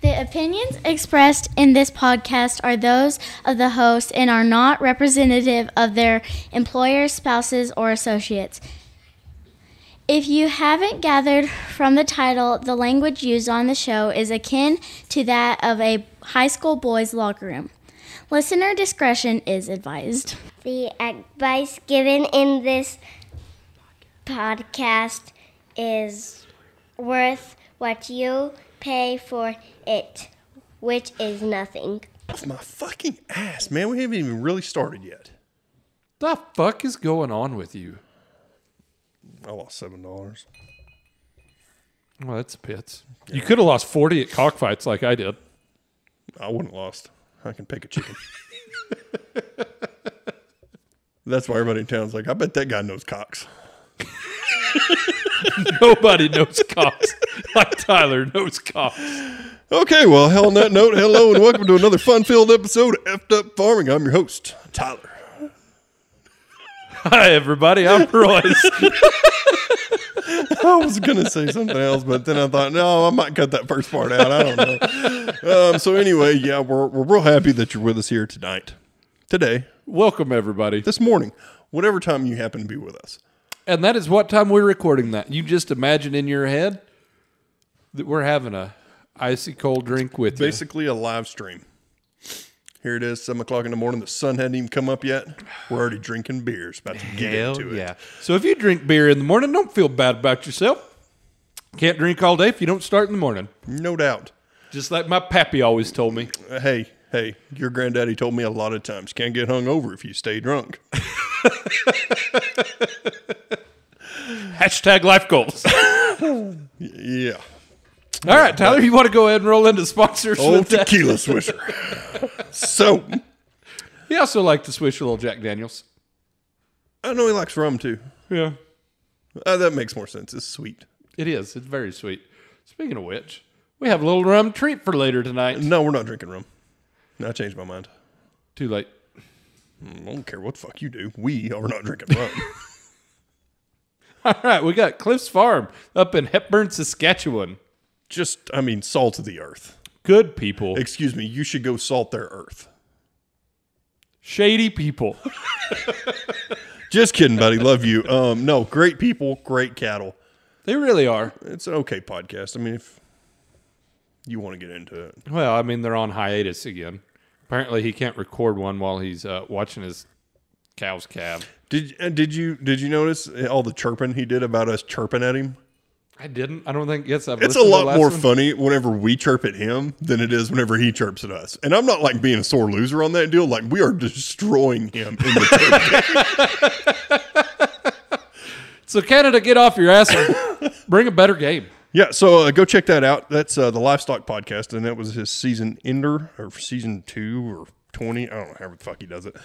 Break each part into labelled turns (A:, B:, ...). A: The opinions expressed in this podcast are those of the host and are not representative of their employers, spouses, or associates. If you haven't gathered from the title, the language used on the show is akin to that of a high school boys' locker room. Listener discretion is advised.
B: The advice given in this podcast is worth what you pay for it, which is nothing.
C: Off my fucking ass, man. We haven't even really started yet.
D: The fuck is going on with you?
C: I lost seven dollars.
D: Well, that's pits. You could have lost 40 at cockfights like I did.
C: I wouldn't have lost. I can pick a chicken. That's why everybody in town's like, I bet that guy knows cocks.
D: Nobody knows cops like Tyler knows cops.
C: Okay, well, hell on that note, hello and welcome to another fun-filled episode of Effed Up Farming. I'm your host, Tyler.
D: Hi, everybody. I'm Royce.
C: I was gonna say something else, but then I thought, no, I might cut that first part out. I don't know. Um, so anyway, yeah, we're we're real happy that you're with us here tonight, today,
D: Welcome, everybody.
C: this morning, whatever time you happen to be with us.
D: And that is what time we're recording that. You just imagine in your head that we're having a icy cold drink with you.
C: Basically, a live stream. Here it is, seven o'clock in the morning. The sun hadn't even come up yet. We're already drinking beers. About to get into it.
D: So if you drink beer in the morning, don't feel bad about yourself. Can't drink all day if you don't start in the morning.
C: No doubt.
D: Just like my pappy always told me.
C: Uh, Hey, hey, your granddaddy told me a lot of times, can't get hung over if you stay drunk.
D: Hashtag life goals.
C: Yeah.
D: All right, Tyler, you want to go ahead and roll into sponsors?
C: Old
D: with that?
C: tequila swisher. so,
D: He also liked to swish a little Jack Daniels.
C: I know he likes rum too.
D: Yeah.
C: Uh, that makes more sense. It's sweet.
D: It is. It's very sweet. Speaking of which, we have a little rum treat for later tonight.
C: No, we're not drinking rum. No, I changed my mind.
D: Too late.
C: I don't care what the fuck you do. We are not drinking rum.
D: All right, we got Cliff's Farm up in Hepburn, Saskatchewan.
C: Just, I mean, salt of the earth.
D: Good people.
C: Excuse me, you should go salt their earth.
D: Shady people.
C: Just kidding, buddy. Love you. Um, no, great people, great cattle.
D: They really are.
C: It's an okay podcast. I mean, if you want to get into it,
D: Well, I mean, they're on hiatus again. Apparently, he can't record one while he's uh, watching his cow's calve.
C: Did uh, did you did you notice eh, all the chirping he did about us chirping at him?
D: I didn't. I don't think. Yes, I've
C: It's a
D: listened to the
C: lot
D: last
C: more
D: one.
C: funny whenever we chirp at him than it is whenever he chirps at us. And I'm not like being a sore loser on that deal. Like we are destroying him. In the chirp.
D: So Canada, get off your ass and bring a better game.
C: yeah, so uh, go check that out. That's uh, the livestock podcast, and that was his season ender or season two or twenty. I don't know however the fuck he does it.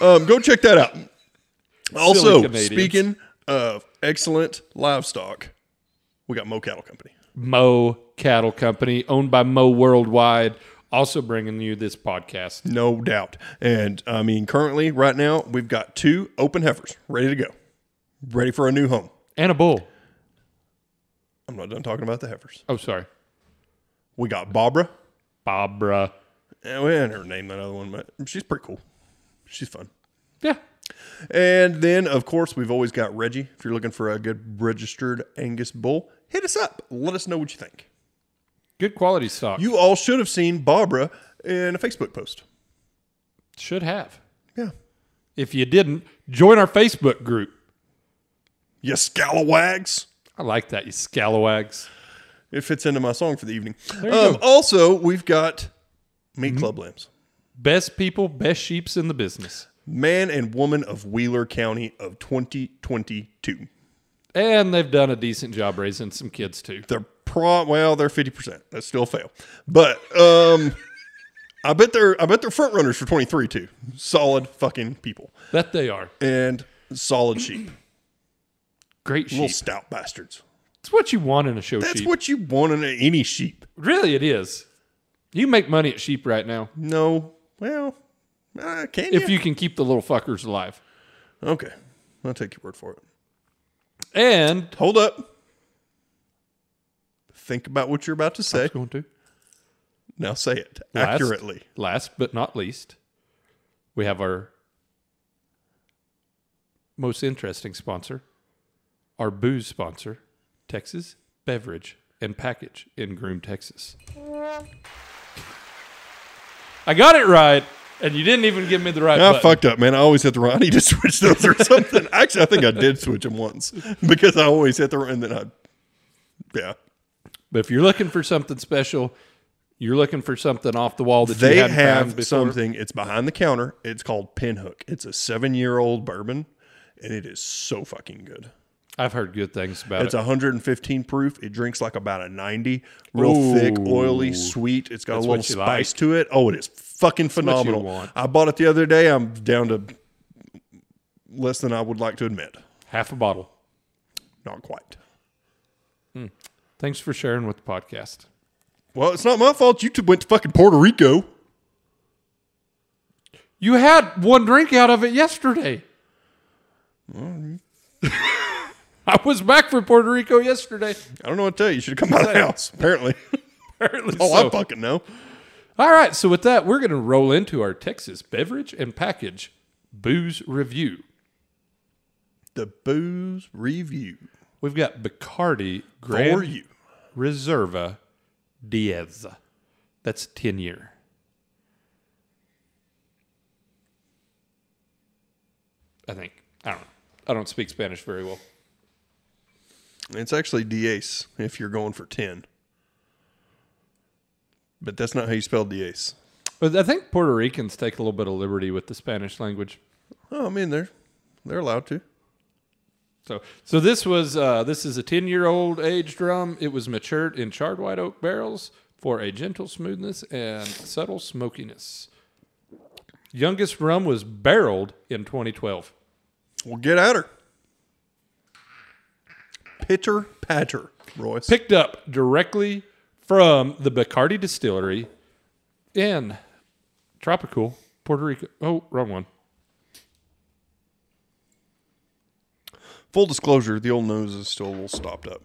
C: Um, go check that out. Also,
D: Canadians.
C: speaking of excellent livestock, we got Mo Cattle Company.
D: Mo Cattle Company, owned by Mo Worldwide, also bringing you this podcast.
C: No doubt. And I mean, currently, right now, we've got two open heifers ready to go, ready for a new home.
D: And a bull.
C: I'm not done talking about the heifers.
D: Oh, sorry.
C: We got Barbara,
D: Barbara.
C: and we didn't her name that other one, but she's pretty cool. She's fun.
D: Yeah.
C: And then, of course, we've always got Reggie. If you're looking for a good registered Angus bull, hit us up. Let us know what you think.
D: Good quality stock. You
C: You all should have seen Barbara in a Facebook post.
D: should have.
C: Yeah.
D: If you didn't, join our Facebook group.
C: You scalawags.
D: I like that, you scalawags.
C: It fits into my song for the evening. Um,
D: you go. Mm-hmm.
C: also, we've got Meat Club Lambs.
D: Best people, best sheeps in the business.
C: man and woman of Wheeler County of 2022.
D: And they've done a decent job raising some kids too.
C: They're pro well, they're 50%. That's still a fail. But um I bet they're I bet they're front runners for 23 too. Solid fucking people
D: That they are.
C: and solid sheep.
D: Great sheep.
C: Little stout bastards.
D: it's what you want in a show
C: That's
D: sheep.
C: what you want in any sheep.
D: really it is. You make money at sheep right now
C: No. Well, uh, can
D: if you can keep the little fuckers alive.
C: Okay. I'll take your word for it.
D: And
C: Hold up. Think about what you're about to say.
D: going to.
C: Now say it
D: Last-
C: accurately.
D: Last but not least, we have our most interesting sponsor, our booze sponsor, Texas Beverage and Package in Groom, Texas. I got it right, and you didn't even give me the right.
C: I
D: button.
C: fucked up, man. I always hit the wrong. I need to switch those or something. Actually, I think I did switch them once because I always hit the wrong. And then I, yeah,
D: But if you're looking for something special, you're looking for something off the wall that
C: they
D: you hadn't found
C: have
D: before.
C: something. It's behind the counter. It's called Pinhook. It's a seven-year-old bourbon, and it is so fucking good.
D: I've heard good things about
C: It's
D: it.
C: 115 proof. It drinks like about a 90. Real thick, oily, sweet. It's got
D: That's
C: a little
D: what you
C: spice
D: like.
C: to it. Oh, it is fucking phenomenal.
D: want.
C: I bought it the other day. I'm down to less than I would like to admit.
D: Half a bottle.
C: Not quite.
D: Thanks for sharing with the podcast.
C: Well, it's not my fault. You two went to fucking Puerto Rico.
D: You had one drink out of it yesterday. I was back from Puerto Rico yesterday.
C: I don't know what to tell you. You should have come by the house, apparently.
D: Apparently
C: Oh,
D: so.
C: I fucking know.
D: All right, so with that, we're going to roll into our Texas beverage and package booze review.
C: The booze review
D: We've got Bacardi
C: for
D: Grand
C: you.
D: Reserva Diez. That's 10 year. I think. I don't know. I don't speak Spanish very well.
C: It's actually Diace if you're going for 10. But that's not how you spell Diace.
D: But I think Puerto Ricans take a little bit of liberty with the Spanish language.
C: Oh, I mean, they're, they're allowed to.
D: So, so this was uh, this is a ten year old aged rum. It was matured in charred white oak barrels for a gentle smoothness and subtle smokiness. Youngest rum was barreled in 2012.
C: Well, get at her. Pitter patter, Royce.
D: Picked up directly from the Bacardi Distillery in tropical Puerto Rico. Oh, wrong one.
C: Full disclosure: the old nose is still a little stopped up.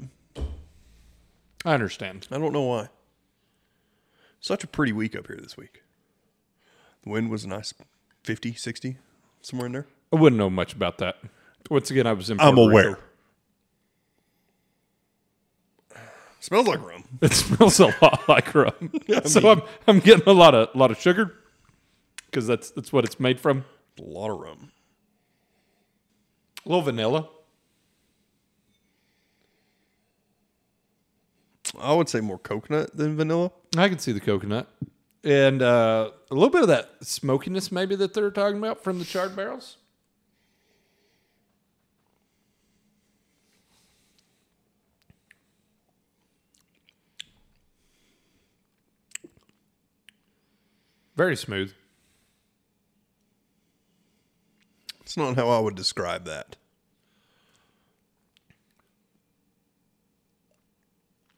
D: I understand.
C: I don't know why. Such a pretty week up here this week. The wind was a nice 50, 60, somewhere in there.
D: I wouldn't know much about that. Once again, I was in. Puerto Rico.
C: Smells like rum.
D: It smells a lot like rum. so I'm I'm getting a lot of lot of sugar because that's that's what it's made from.
C: A lot of rum.
D: A little vanilla.
C: I would say more coconut than vanilla.
D: I can see the coconut and uh, a little bit of that smokiness maybe that they're talking about from the charred barrels. Very smooth.
C: It's not how I would describe that.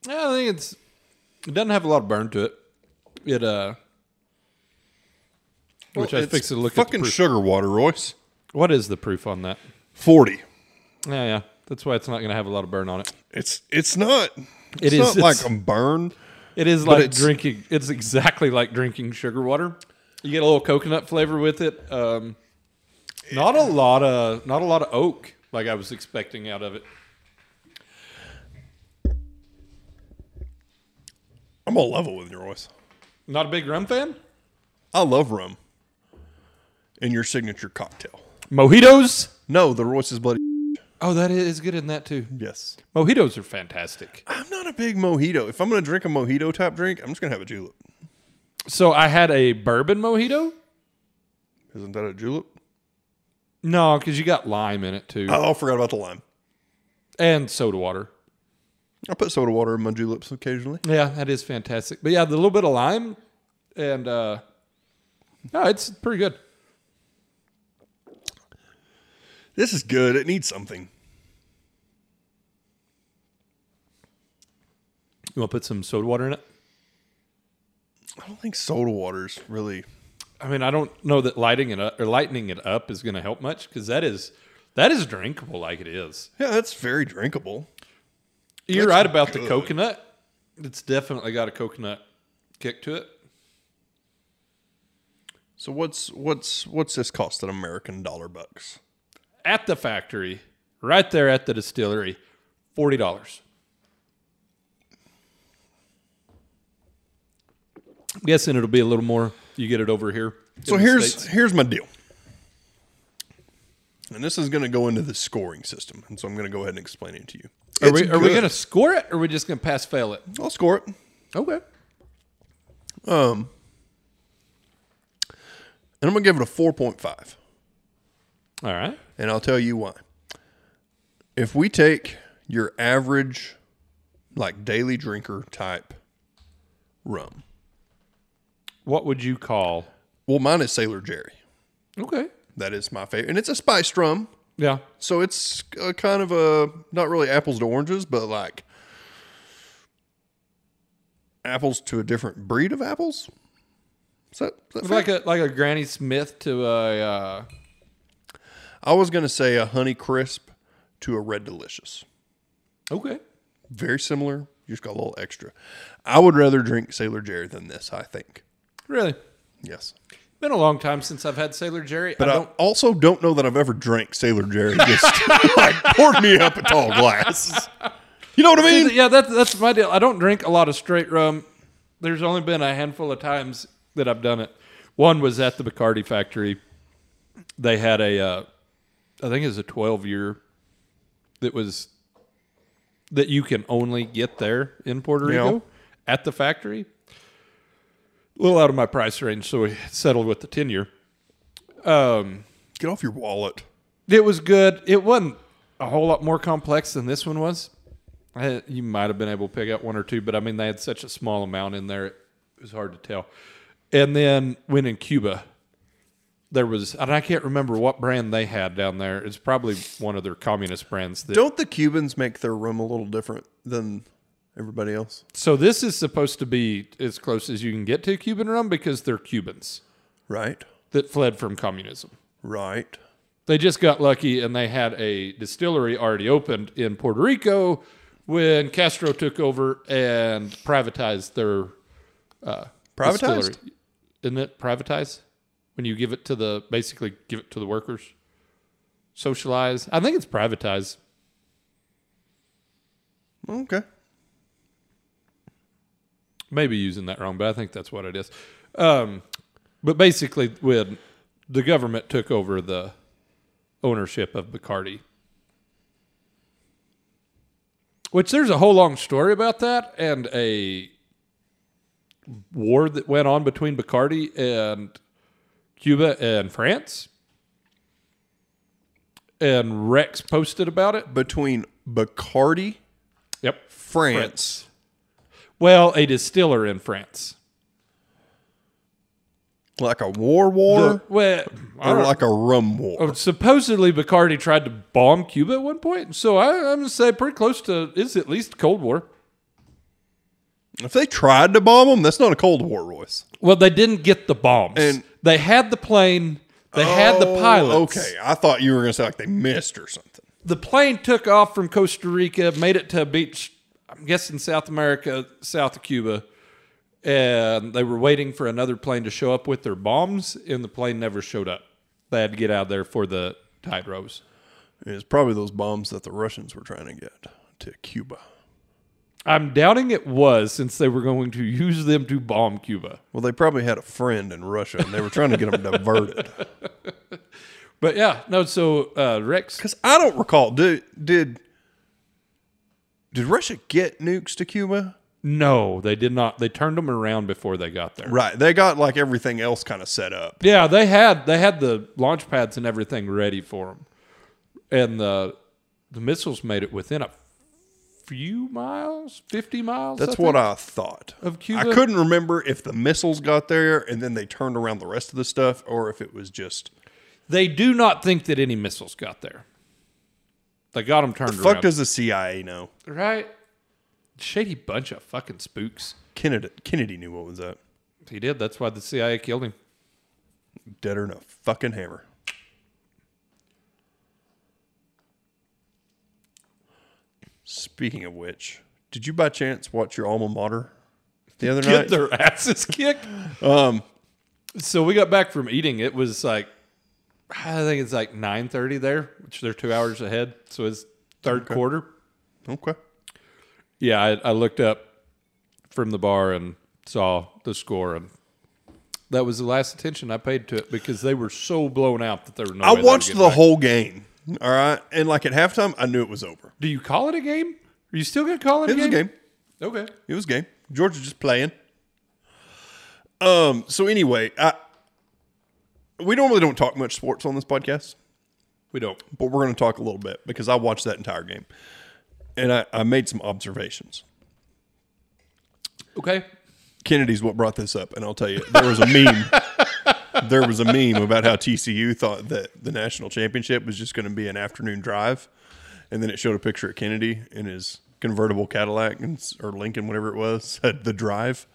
D: Yeah, I think it's it doesn't have a lot of burn to it. It uh which I
C: It's
D: fixed to look at the
C: fucking
D: proof.
C: sugar water, Royce.
D: what is the proof on that?
C: Forty.
D: Yeah, yeah. That's why it's not going to have a lot of burn on it.
C: It's it's not. It's
D: It is-
C: not
D: it's-
C: like a burn.
D: It is like
C: it's-
D: drinking it's exactly like drinking sugar water. You get a little coconut flavor with it. Um not a lot of not a lot of oak like I was expecting out of it.
C: I'm on level with you, Royce.
D: Not a big rum fan?
C: I love rum. In your signature cocktail.
D: Mojitos?
C: No, the Royce's bloody.
D: Oh, that is good in that too.
C: Yes.
D: Mojitos are fantastic.
C: I'm not a big mojito. If I'm going to drink a mojito type drink, I'm just going to have a julep.
D: So I had a bourbon mojito?
C: Isn't that a julep?
D: No, because you got lime in it too,
C: Oh, I forgot about the lime.
D: and soda water.
C: I put soda water in my juleps occasionally.
D: Yeah, that is fantastic. But yeah, the little bit of lime, and uh, no, it's pretty good.
C: This is good. It needs something.
D: You want to put some soda water in it?
C: I don't think soda water's really.
D: I mean, I don't know that lighting it up or lightening it up is going to help much because that is that is drinkable like it is.
C: Yeah, that's very drinkable.
D: You're
C: That's
D: right about the
C: good.
D: coconut. It's definitely got a coconut kick to it.
C: So what's what's what's this cost in American dollar bucks?
D: At the factory, right there at the distillery, forty dollars. I'm guessing it'll be a little more. You get it over here.
C: So
D: in the
C: here's
D: States.
C: here's my deal. And this is going to go into the scoring system, and so I'm going to go ahead and explain it to you.
D: are
C: It's
D: we are we
C: good.
D: gonna score it or are we just gonna pass fail it?
C: I'll score it.
D: Okay.
C: Um, and I'm gonna give it a 4.5,
D: All right.
C: and I'll tell you why. If we take your average, like daily drinker type rum,
D: What would you call?
C: well, mine is Sailor Jerry.
D: Okay.
C: That is my favorite, and it's a spiced rum,
D: Yeah.
C: so it's a kind of a not really apples to oranges, but like apples to a different breed of apples. Is that, is that
D: It's
C: fair?
D: like a like a Granny Smith to a uh,
C: I was gonna say a honey crisp to a red delicious.
D: okay.
C: Very similar. You just got a little extra. I would rather drink Sailor Jerry than this. I think.
D: Really,
C: Yes,
D: been a long time since I've had Sailor Jerry.
C: but
D: I
C: I,
D: don't.
C: also don't know that I've ever drank Sailor Jerry. Just like poured me up a tall glass. You know what I mean?
D: yeah, that's that's my deal. I don't drink a lot of straight rum. There's only been a handful of times that I've done it. One was at the Bacardi factory. They had a, uh, I think it was a 12 year that was that you can only get there in Puerto
C: Yeah.
D: Rico at the factory. A little out of my price range, so we settled with the 10 year. Um,
C: Get off your wallet.
D: It was good. It wasn't a whole lot more complex than this one was. I, you might have been able to pick out one or two, but I mean, they had such a small amount in there, it was hard to tell. And then when in Cuba, there was, and I can't remember what brand they had down there. It's probably one of their communist brands. That,
C: Don't the Cubans make their rum a little different than everybody else?
D: so this is supposed to be as close as you can get to Cuban rum because they're Cubans
C: Right.
D: that fled from communism.
C: Right.
D: they just got lucky and they had a distillery already opened in Puerto Rico when Castro took over and privatized their uh,
C: Privatized?
D: distillery. Isn't it privatized? When you give it to the basically give it to the workers, socialize. I think it's privatized.
C: Okay.
D: maybe using that wrong, but I think that's what it is. Um, but basically, when the government took over the ownership of Bacardi, which there's a whole long story about that and a war that went on between Bacardi and Cuba and France. And Rex posted about it.
C: Between Bacardi,
D: Yep.
C: France.
D: Well, a distiller in France.
C: like a war war.
D: The- well, I
C: or
D: don't-
C: like a rum war.
D: Oh, supposedly Bacardi tried to bomb Cuba at one point, so I, I'm gonna say pretty close to is at least Cold War.
C: If they tried to bomb them, that's not a Cold War, Royce.
D: Well, they didn't get the bombs.
C: And-
D: they had the plane. They had the
C: Oh,
D: pilots.
C: Okay, I thought you were going to say like they missed or something.
D: The plane took off from Costa Rica, made it to a beach. I'm guessing South America, south of Cuba, and they were waiting for another plane to show up with their bombs, and the plane never showed up. They had to get out of there for the tide rose.
C: It's probably those bombs that the Russians were trying to get to Cuba.
D: I'm doubting it was since they were going to use them to bomb Cuba.
C: Well, they probably had a friend in Russia and they were trying to get them diverted.
D: But yeah, no. So uh, Rex,
C: Because I don't recall did did did Russia get nukes to Cuba?
D: no, they did not. They turned them around before they got there.
C: Right, they got like everything else kind of set up.
D: Yeah, they had they had the launch pads and everything ready for them, and the the missiles made it within a few miles, fifty miles.
C: That's what I thought
D: Of Cuba?
C: I couldn't remember if the missiles got there and then they turned around the rest of the stuff, or if it was just
D: They do not think that any missiles got there. They got them turned
C: fuck
D: around.
C: does the CIA know?
D: right? Shady bunch of fucking spooks.
C: Kennedy Kennedy knew what was up.
D: He did. That's why the CIA killed him.
C: Deader than a fucking hammer. Speaking of which, did you by chance watch your alma mater the other
D: Get
C: night? Um,
D: their asses kicked. so we got back from eating. It was like I think it's like nine thirty there, which they're two hours ahead. So it's third quarter.
C: Okay.
D: Yeah, I, I looked up from the bar and saw the score, and that was the last attention I paid to it because they were so blown out that there were no.
C: I
D: way they were
C: watched
D: getting
C: the
D: back.
C: whole game. All right. And like at halftime, I knew it was over.
D: Do you call it a game? Are you still gonna call it,
C: It
D: a,
C: was a
D: game?
C: game.
D: Okay.
C: It was a game. George was just playing. Um. So anyway, I we normally don't talk much sports on this podcast,
D: We don't.
C: but we're going to talk a little bit because I watched that entire game, and I, I made some observations.
D: Okay.
C: Kennedy's what brought this up, and I'll tell you, there was a meme. there was a meme about how TCU thought that the national championship was just going to be an afternoon drive, and then it showed a picture of Kennedy in his convertible Cadillac and, s- or Lincoln, whatever it was, said the drive.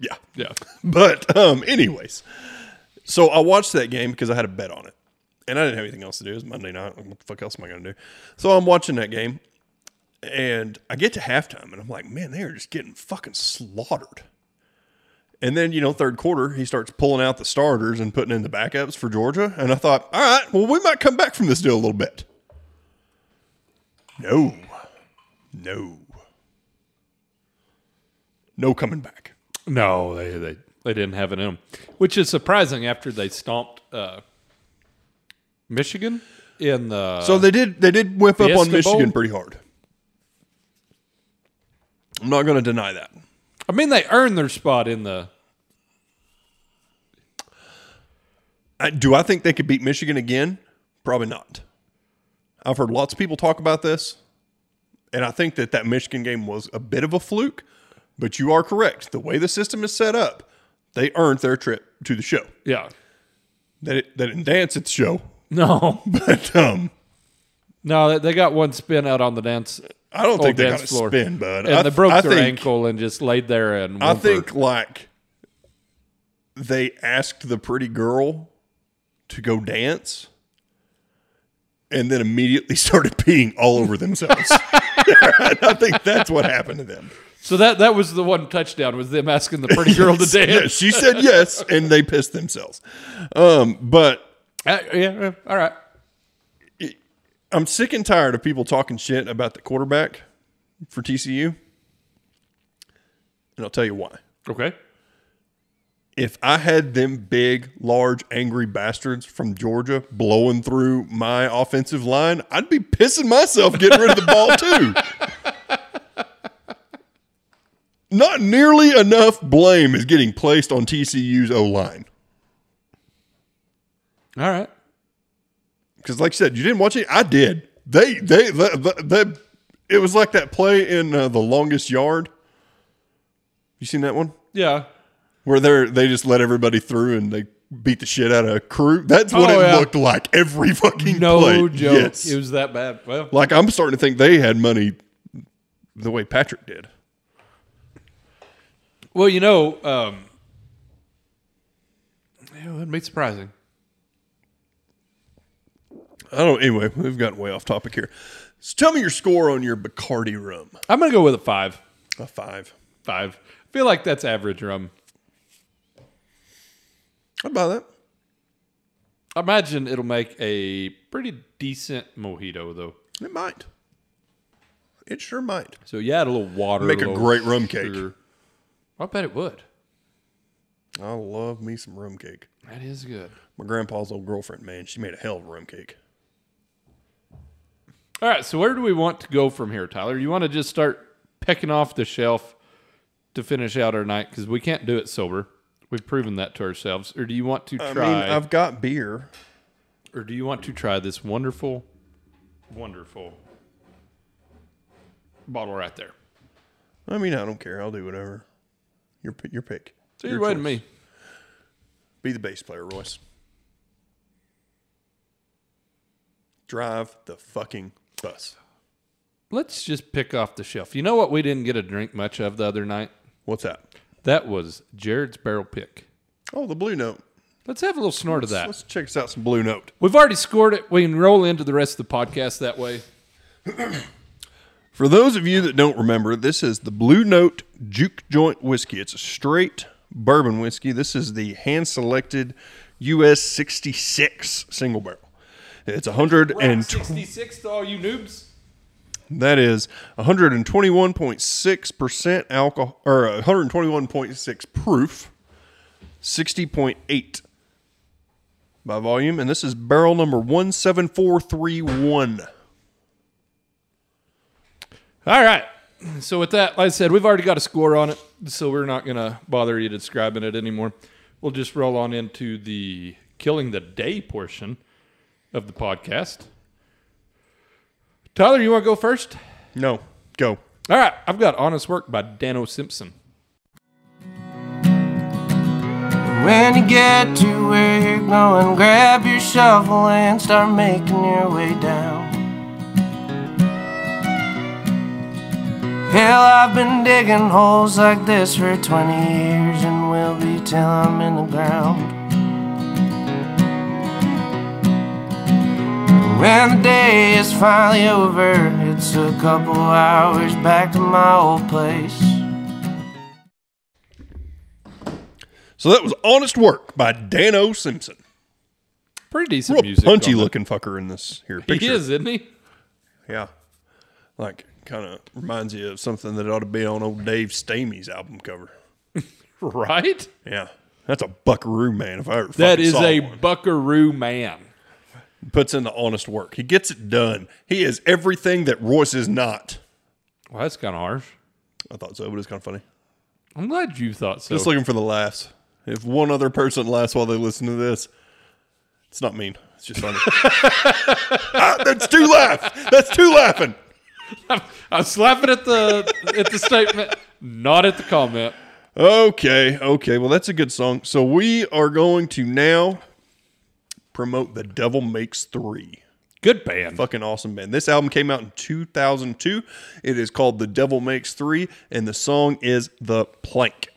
C: Yeah,
D: Yeah.
C: but um, anyways, so I watched that game because I had a bet on it, and I didn't have anything else to do. It was Monday night. What the fuck else am I going to do? So I'm watching that game, and I get to halftime, and I'm like, man, they are just getting fucking slaughtered. And then you know, third quarter, he starts pulling out the starters and putting in the backups for Georgia, and I thought, all right, well, we might come back from this deal a little bit. No, no, no coming back.
D: No, they they they didn't have it in them, which is surprising after they stomped uh, Michigan in the.
C: So they did they did whip up on
D: Fiesta
C: Michigan
D: Bowl?
C: pretty hard. I'm not going to deny that.
D: I mean, they earned their spot in the.
C: I, do I think they could beat Michigan again? Probably not. I've heard lots of people talk about this, and I think that that Michigan game was a bit of a fluke. But you are correct. The way the system is set up, they earned their trip to the show.
D: Yeah.
C: They didn't- they didn't dance at the show,
D: No,
C: but um,
D: no, they- they got one spin out on the dance.
C: I don't
D: old
C: think they
D: Oh, dance
C: got a
D: floor.
C: spin, bud.
D: And
C: I,
D: they broke
C: I
D: their
C: think-
D: ankle and just laid there and.
C: I
D: whimpered.
C: think like they asked the pretty girl to go dance and then immediately started peeing all over themselves. I think that's what happened to them.
D: so. That that was the one touchdown was them asking the pretty girl to
C: Yeah,
D: dance.
C: she said yes and they pissed themselves. Um, but
D: Uh, yeah. yeah, All right.
C: I'm sick and tired of people talking shit about the quarterback for TCU. And I'll tell you why.
D: Okay.
C: if I had them big, large, angry bastards from Georgia blowing through my offensive line, I'd be pissing myself getting rid of the ball too. Not nearly enough blame is getting placed on TCU's O line.
D: All right.
C: Because, like I said, you didn't watch it. I did. They, they, they, they, it was like that play in uh, The Longest Yard. You seen that one?
D: Yeah.
C: where they they just let everybody through and they beat the shit out of a crew. That's what
D: Oh,
C: it
D: yeah.
C: looked like every fucking
D: No
C: play.
D: joke.
C: Yes.
D: It was that bad. Well,
C: like I'm starting to think they had money the way Patrick did.
D: Well, you know, um, it wouldn't be surprising.
C: I don't. Anyway, we've gotten way off topic here. So tell me your score on your Bacardi rum.
D: I'm gonna go with a five.
C: A five.
D: Five. I feel like that's average rum.
C: I'd buy that.
D: I imagine it'll make a pretty decent mojito, though.
C: It might. It sure might.
D: So yeah, add a little water.
C: Make a
D: little
C: great rum cake.
D: sugar. I bet it would.
C: I love me some rum cake.
D: That is good.
C: My grandpa's old girlfriend, man, she made a hell of a rum cake.
D: All right. So where do we want to go from here, Tyler? You want to just start pecking off the shelf to finish out our night because we can't do it sober. We've proven that to ourselves. Or do you want to
C: I
D: try?
C: mean, I've got beer.
D: or do you want to try this wonderful, wonderful bottle right there?
C: I mean, I don't care. I'll do whatever. Your p- your pick.
D: So
C: Your
D: you're waiting
C: choice.
D: me.
C: Be the bass player, Royce. Drive the fucking bus.
D: Let's just pick off the shelf. You know what we didn't get a drink much of the other night?
C: What's that?
D: That was Jared's barrel pick.
C: Oh, the blue note.
D: Let's have a little snort of
C: Let's-
D: that.
C: Let's check this out. Some blue note.
D: We've already scored it. We can roll into the rest of the podcast that way.
C: For those of you that don't remember, this is the Blue Note Juke Joint Whiskey. It's a straight bourbon whiskey. This is the hand selected US 66 single barrel. It's 120.
D: 66 to all you noobs.
C: That is 121.6% alcohol or 121.6 proof, 60.8 by volume and this is barrel number 17431.
D: All right. So with that, like I said, we've already got a score on it, so we're not gonna bother you describing it anymore. We'll just roll on into the killing the day portion of the podcast. Tyler, you want to go first?
C: No, go.
D: All right, I've got Honest Work by Dano Simpson.
E: When you get to where you're going, grab your shovel and start making your way down. Hell, I've been digging holes like this for 20 years and will be till I'm in the ground. When the day is finally over, it's a couple hours back to my old place.
C: So that was Honest Work by Dano Simpson.
D: Pretty decent
C: Real
D: music.
C: punchy
D: on that.
C: looking fucker in this here picture.
D: He is, isn't he?
C: Yeah. Like kind of reminds you of something that ought to be on old Dave Stamey's album cover.
D: Right?
C: Yeah. That's a buckaroo man if I ever
D: That
C: fucking
D: is
C: saw
D: a
C: one.
D: buckaroo man.
C: puts in the honest work. He gets it done. He is everything that Royce is not.
D: Well, that's kind of harsh.
C: I thought so, but it's kind of funny.
D: I'm glad you thought so.
C: Just looking for the laughs. If one other person laughs while they listen to this, it's not mean. It's just funny. Ah, that's two laughs. That's two laughing.
D: I'm slapping at the at the statement, not at the comment.
C: Okay, okay. Well, that's a good song. So we are going to now promote The Devil Makes Three.
D: Good band.
C: Fucking awesome band. This album came out in 2002. It is called The Devil Makes Three, and the song is The Plank.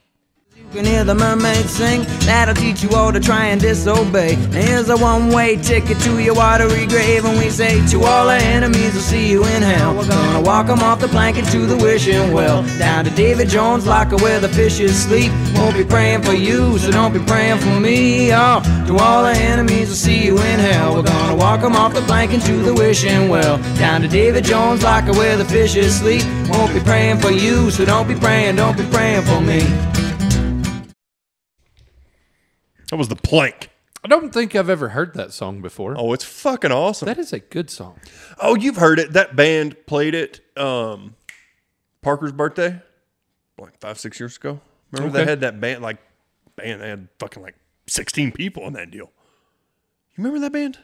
F: You can hear the mermaid sing. That'll teach you all to try and disobey. And here's a one-way ticket to your watery grave. And we say to all our enemies, we'll see you in hell. We're gonna walk 'em off the plank into the wishing well. Down to David Jones' locker where the fishes sleep. Won't be praying for you, so don't be praying for me. Oh, to all our enemies, we'll see you in hell. We're gonna walk 'em off the plank into the wishing well. Down to David Jones' locker where the fishes sleep. Won't be praying for you, so don't be praying, don't be praying for me.
C: That was The Plank.
D: I don't think I've ever heard that song before.
C: Oh, it's fucking awesome.
D: That is a good song.
C: oh, you've heard it. That band played it um Parker's birthday, like five, six years ago. Remember
D: Okay.
C: they had that band like band, they had fucking like sixteen people on that deal. You remember that band?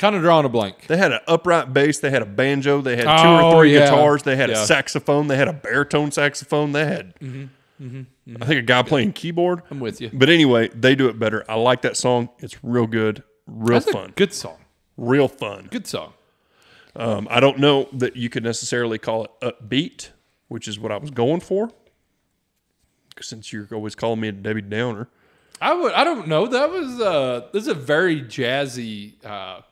D: Kind of drawing a blank.
C: They had an upright bass, they had a banjo, they had two
D: Oh,
C: or three
D: yeah.
C: guitars, they had
D: Yeah.
C: a saxophone, they had a baritone saxophone, they had
D: Mm-hmm.
C: I think a guy playing keyboard.
D: I'm with you.
C: But anyway, they do it better. I like that song. It's real good, real
D: That's
C: fun.
D: a good song.
C: real fun.
D: Good song.
C: Um, I don't know that you could necessarily call it upbeat, which is what I was going for. 'Cause Since you're always calling me a Debbie Downer,
D: I would. I don't know. That was uh. This is a very jazzy. Uh,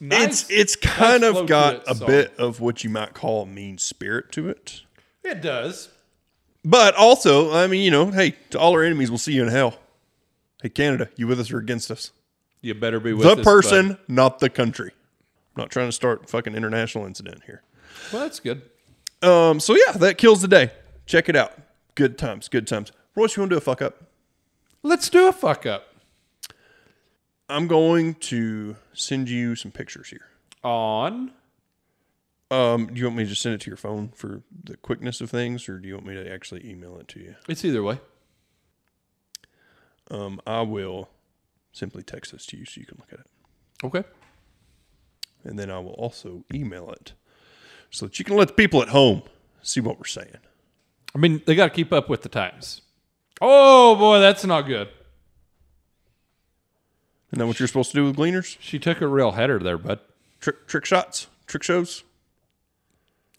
D: nice.
C: it's it's kind
D: nice flow
C: of
D: to
C: got
D: it,
C: a
D: so.
C: bit of what you might call a mean spirit to it.
D: it does.
C: But also, I mean, you know, hey, to all our enemies, we'll see you in hell. Hey, Canada, you with us or against us?
D: You better be with
C: The
D: us,
C: person,
D: bud.
C: not the country. I'm not trying to start fucking international incident here.
D: Well, that's good.
C: Um, so yeah, that kills the day. Check it out. Good times, good times. Royce, you want to do a fuck up?
D: Let's do a fuck up.
C: I'm going to send you some pictures here.
D: On.
C: Um, do you want me to just send it to your phone for the quickness of things, or do you want me to actually email it to you?
D: It's either way.
C: Um, I will simply text this to you so you can look at it,
D: Okay.
C: and then I will also email it so that you can let the people at home see what we're saying.
D: I mean, they got to keep up with the times. Oh boy, that's not good.
C: Isn't that what you're supposed to do with gleaners?
D: She took a real header there, bud.
C: Trick trick shots, trick shows.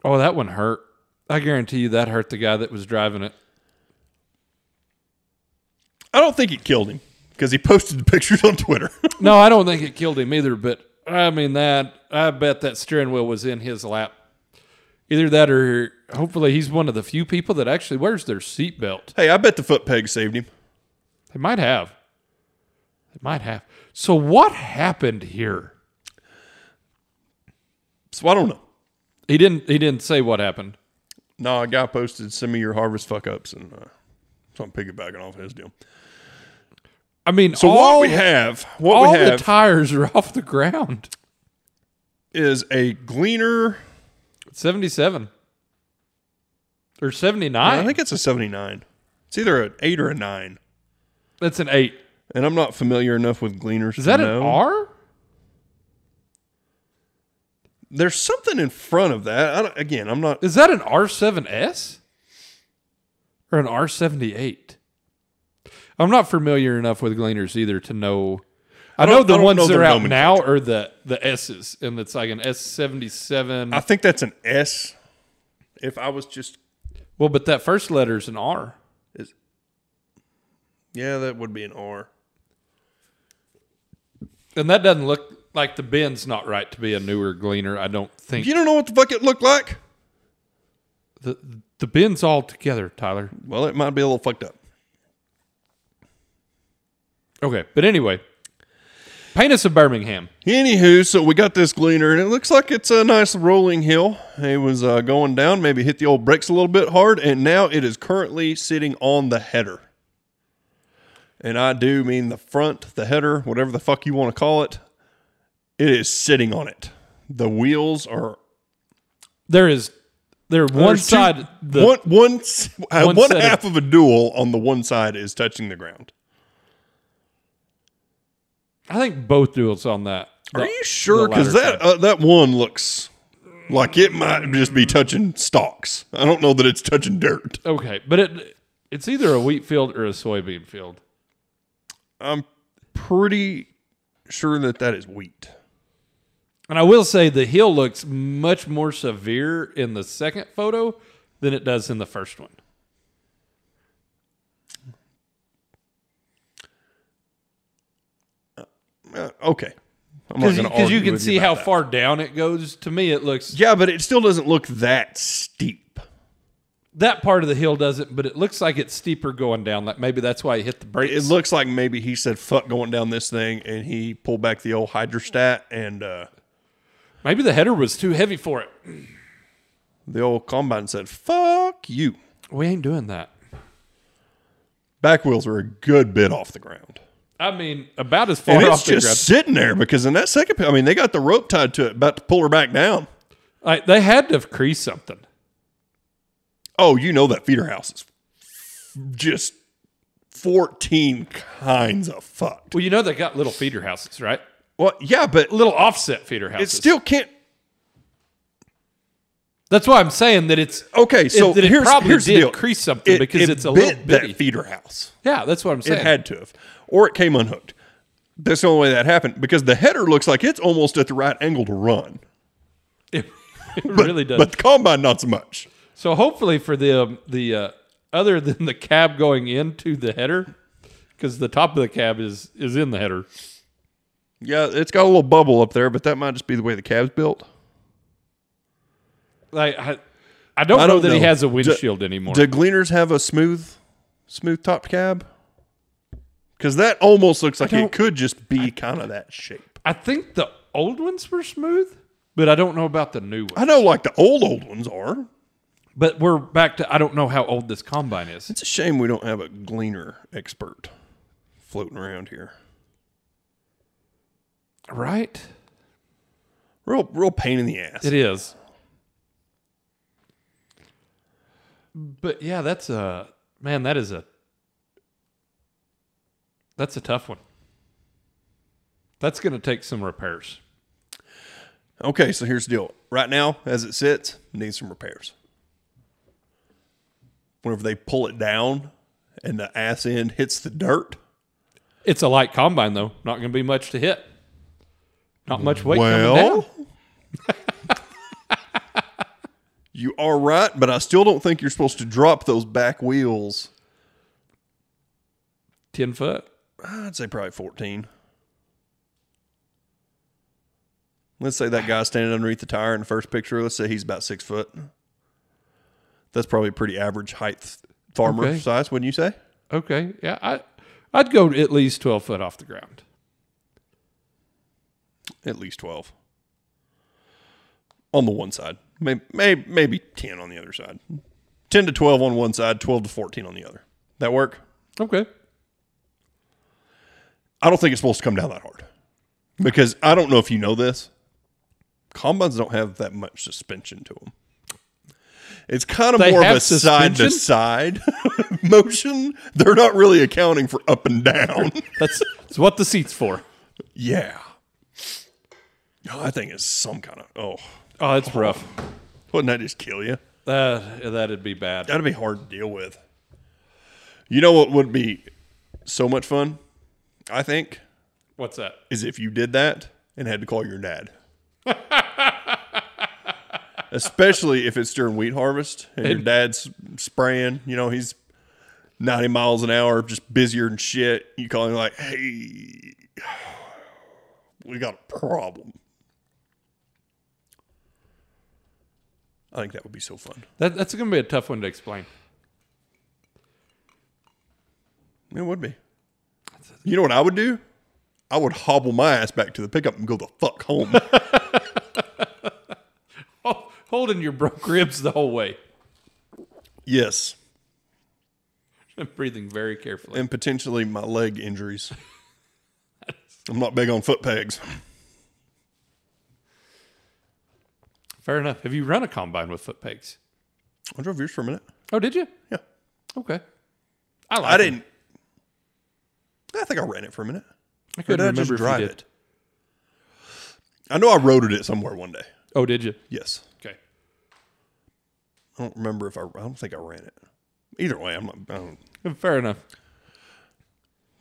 D: Oh, that one hurt. I guarantee you that hurt the guy that was driving it.
C: I don't think it killed him because he posted the pictures on Twitter.
D: No, I don't think it killed him either, but I mean that I bet that steering wheel was in his lap. Either that or hopefully he's one of the few people that actually wears their seatbelt.
C: Hey, I bet the foot peg saved him.
D: They might have. They might have. So what happened here?
C: So I don't know.
D: He didn't he didn't say what happened.
C: No, a guy posted send me your harvest fuck ups and uh, so I'm piggybacking off his deal.
D: I mean,
C: So
D: all,
C: what we have, what
D: all
C: we have
D: the tires are off the ground.
C: is a Gleaner.
D: 77 or
C: I,
D: 79.
C: think it's a 79. It's either an eight or a nine.
D: that's an 8.
C: And I'm not familiar enough with Gleaners.
D: Is that
C: to
D: an
C: know.
D: R?
C: There's something in front of that. I don't, again, I'm not.
D: Is that an R7S or an R78? I'm not familiar enough with Gleaners either to know. I,
C: don't-
D: know
C: I
D: the
C: don't
D: ones
C: know
D: that
C: their
D: are out now
C: nomenclature.
D: are the the S's, and it's like an S77.
C: I think that's an S. If I was just,
D: well, but that first letter is an R.
C: is, yeah, that would be an R.
D: And that doesn't look like the bend's not right to be a newer Gleaner, I don't think.
C: You don't know what the fuck it looked like.
D: the, the bend's all together, Tyler.
C: Well, it might be a little fucked up.
D: Okay, but anyway, paint us a Birmingham.
C: Anywho, so we got this gleaner, and it looks like it's a nice rolling hill. It was uh, going down, maybe hit the old brakes a little bit hard, and now it is currently sitting on the header. And I do mean the front, the header, whatever the fuck you want to call it. It is sitting on it. The wheels are
D: There is there one
C: there's two-
D: side the
C: one one s- uh,
D: one
C: one
D: set of-
C: half of a dual on the one side is touching the ground.
D: I think both duels on that.
C: Are
D: The-
C: you sure?
D: the
C: Because
D: latter
C: that
D: side.
C: uh, that one looks like it might just be touching stalks. I don't know that it's touching dirt.
D: okay, but it it's either a wheat field or a soybean field.
C: I'm pretty sure that that is wheat.
D: And I will say the hill looks much more severe in the second photo than it does in the first one.
C: Uh, okay, I'm not gonna
D: Because you
C: argue
D: can
C: with
D: see
C: about
D: how
C: that.
D: far down it goes. To me, it looks
C: Yeah, but it still doesn't look that steep.
D: that part of the hill doesn't, but it looks like it's steeper going down. Like maybe that's why he hit the brakes.
C: It looks like maybe he said "fuck" going down this thing, and he pulled back the old hydrostat and uh,
D: maybe the header was too heavy for it.
C: the old combine said "fuck you."
D: We ain't doing that.
C: Back wheels are a good bit off the ground.
D: I mean, about as far
C: And it's
D: off the
C: just
D: ground.
C: sitting there because in that second, pi- I mean, they got the rope tied to it, about to pull her back down.
D: Like they had to crease something.
C: Oh, you know that feeder house is just fourteen kinds of fucked.
D: Well, you know they got little feeder houses, right?
C: Well, yeah, but
D: Little offset feeder
C: it
D: houses.
C: still can't.
D: That's why I'm saying that it's
C: Okay,
D: it-
C: so
D: that it
C: here's,
D: probably
C: here's
D: did
C: the deal.
D: crease something because it's a little
C: bit
D: bitty.
C: that feeder house.
D: yeah, that's what I'm saying.
C: It had to have, or it came unhooked. That's the only way that happened because the header looks like it's almost at the right angle to run,
D: it really does.
C: but the combine not so much.
D: so hopefully for the the uh, other than the cab going into the header, because the top of the cab is is in the header.
C: Yeah, it's got a little bubble up there, but that might just be the way the cab's built.
D: Like I, I don't
C: I
D: know
C: don't
D: that he
C: know.
D: has a
C: Do-
D: windshield anymore.
C: Do Gleaners have a smooth, smooth top cab? Because that almost looks like
D: don't-
C: it could just be kind of that shape.
D: I think the old ones were smooth, but I don't know about the new ones.
C: I know, like the old old ones are.
D: But we're back to I don't know how old this combine is.
C: It's a shame we don't have a Gleaner expert floating around here.
D: Right?
C: Real, real pain in the ass.
D: It is. But yeah, that's a man, that is a that's a tough one. That's gonna take some repairs.
C: Okay, so here's the deal. Right now, as it sits, it needs some repairs. Whenever they pull it down and the ass end hits the dirt,
D: It's a light combine though, not gonna be much to hit. Not much weight coming
C: Well,
D: down.
C: you are right, but I still don't think you're supposed to drop those back wheels.
D: Ten foot.
C: I'd say probably 14. Let's say that guy standing underneath the tire in the first picture. Let's say he's about six foot. That's probably a pretty average height farmer
D: Okay.
C: size, wouldn't you say?
D: Okay. Yeah. I, I'd go at least 12 foot off the ground.
C: At least twelve. On the one side, maybe maybe, maybe ten on the other side. Ten to twelve on one side, twelve to fourteen on the other. That work?
D: Okay.
C: I don't think it's supposed to come down that hard because I don't know if you know this. Combines don't have that much suspension to them. It's kind of
D: They
C: more of
D: have
C: a side to side motion. They're not really accounting for up and down.
D: That's, that's what the seat's for.
C: yeah. Oh, that thing is some kind of. Oh,
D: Oh, it's rough.
C: wouldn't that just kill you?
D: That, that'd be bad.
C: That'd be hard to deal with. You know what would be so much fun? I think
D: What's that?
C: is if you did that and had to call your dad. Especially if it's during wheat harvest and your
D: It-
C: dad's spraying, you know, he's 90 miles an hour, just busier than shit. You call him like, hey, we got a problem. I think that would be so fun.
D: that that's going to be a tough one to explain.
C: It would be. You know what I would do? I would hobble my ass back to the pickup and go the fuck home.
D: Oh, holding your broke ribs the whole way.
C: yes.
D: I'm breathing very carefully.
C: and potentially my leg injuries. I'm not big on foot pegs.
D: Fair enough. Have you run a combine with foot pegs?
C: I drove yours for a minute.
D: Oh, did you?
C: Yeah.
D: Okay. I like
C: I
D: them.
C: didn't. I think I ran it for a minute.
D: I
C: Or
D: couldn't
C: did I
D: remember
C: just
D: if you
C: drive
D: did.
C: it? I know I rode it somewhere one day.
D: Oh, did you?
C: Yes.
D: Okay.
C: I don't remember if I, I don't think I ran it. Either way, I'm not, I don't,
D: Fair enough.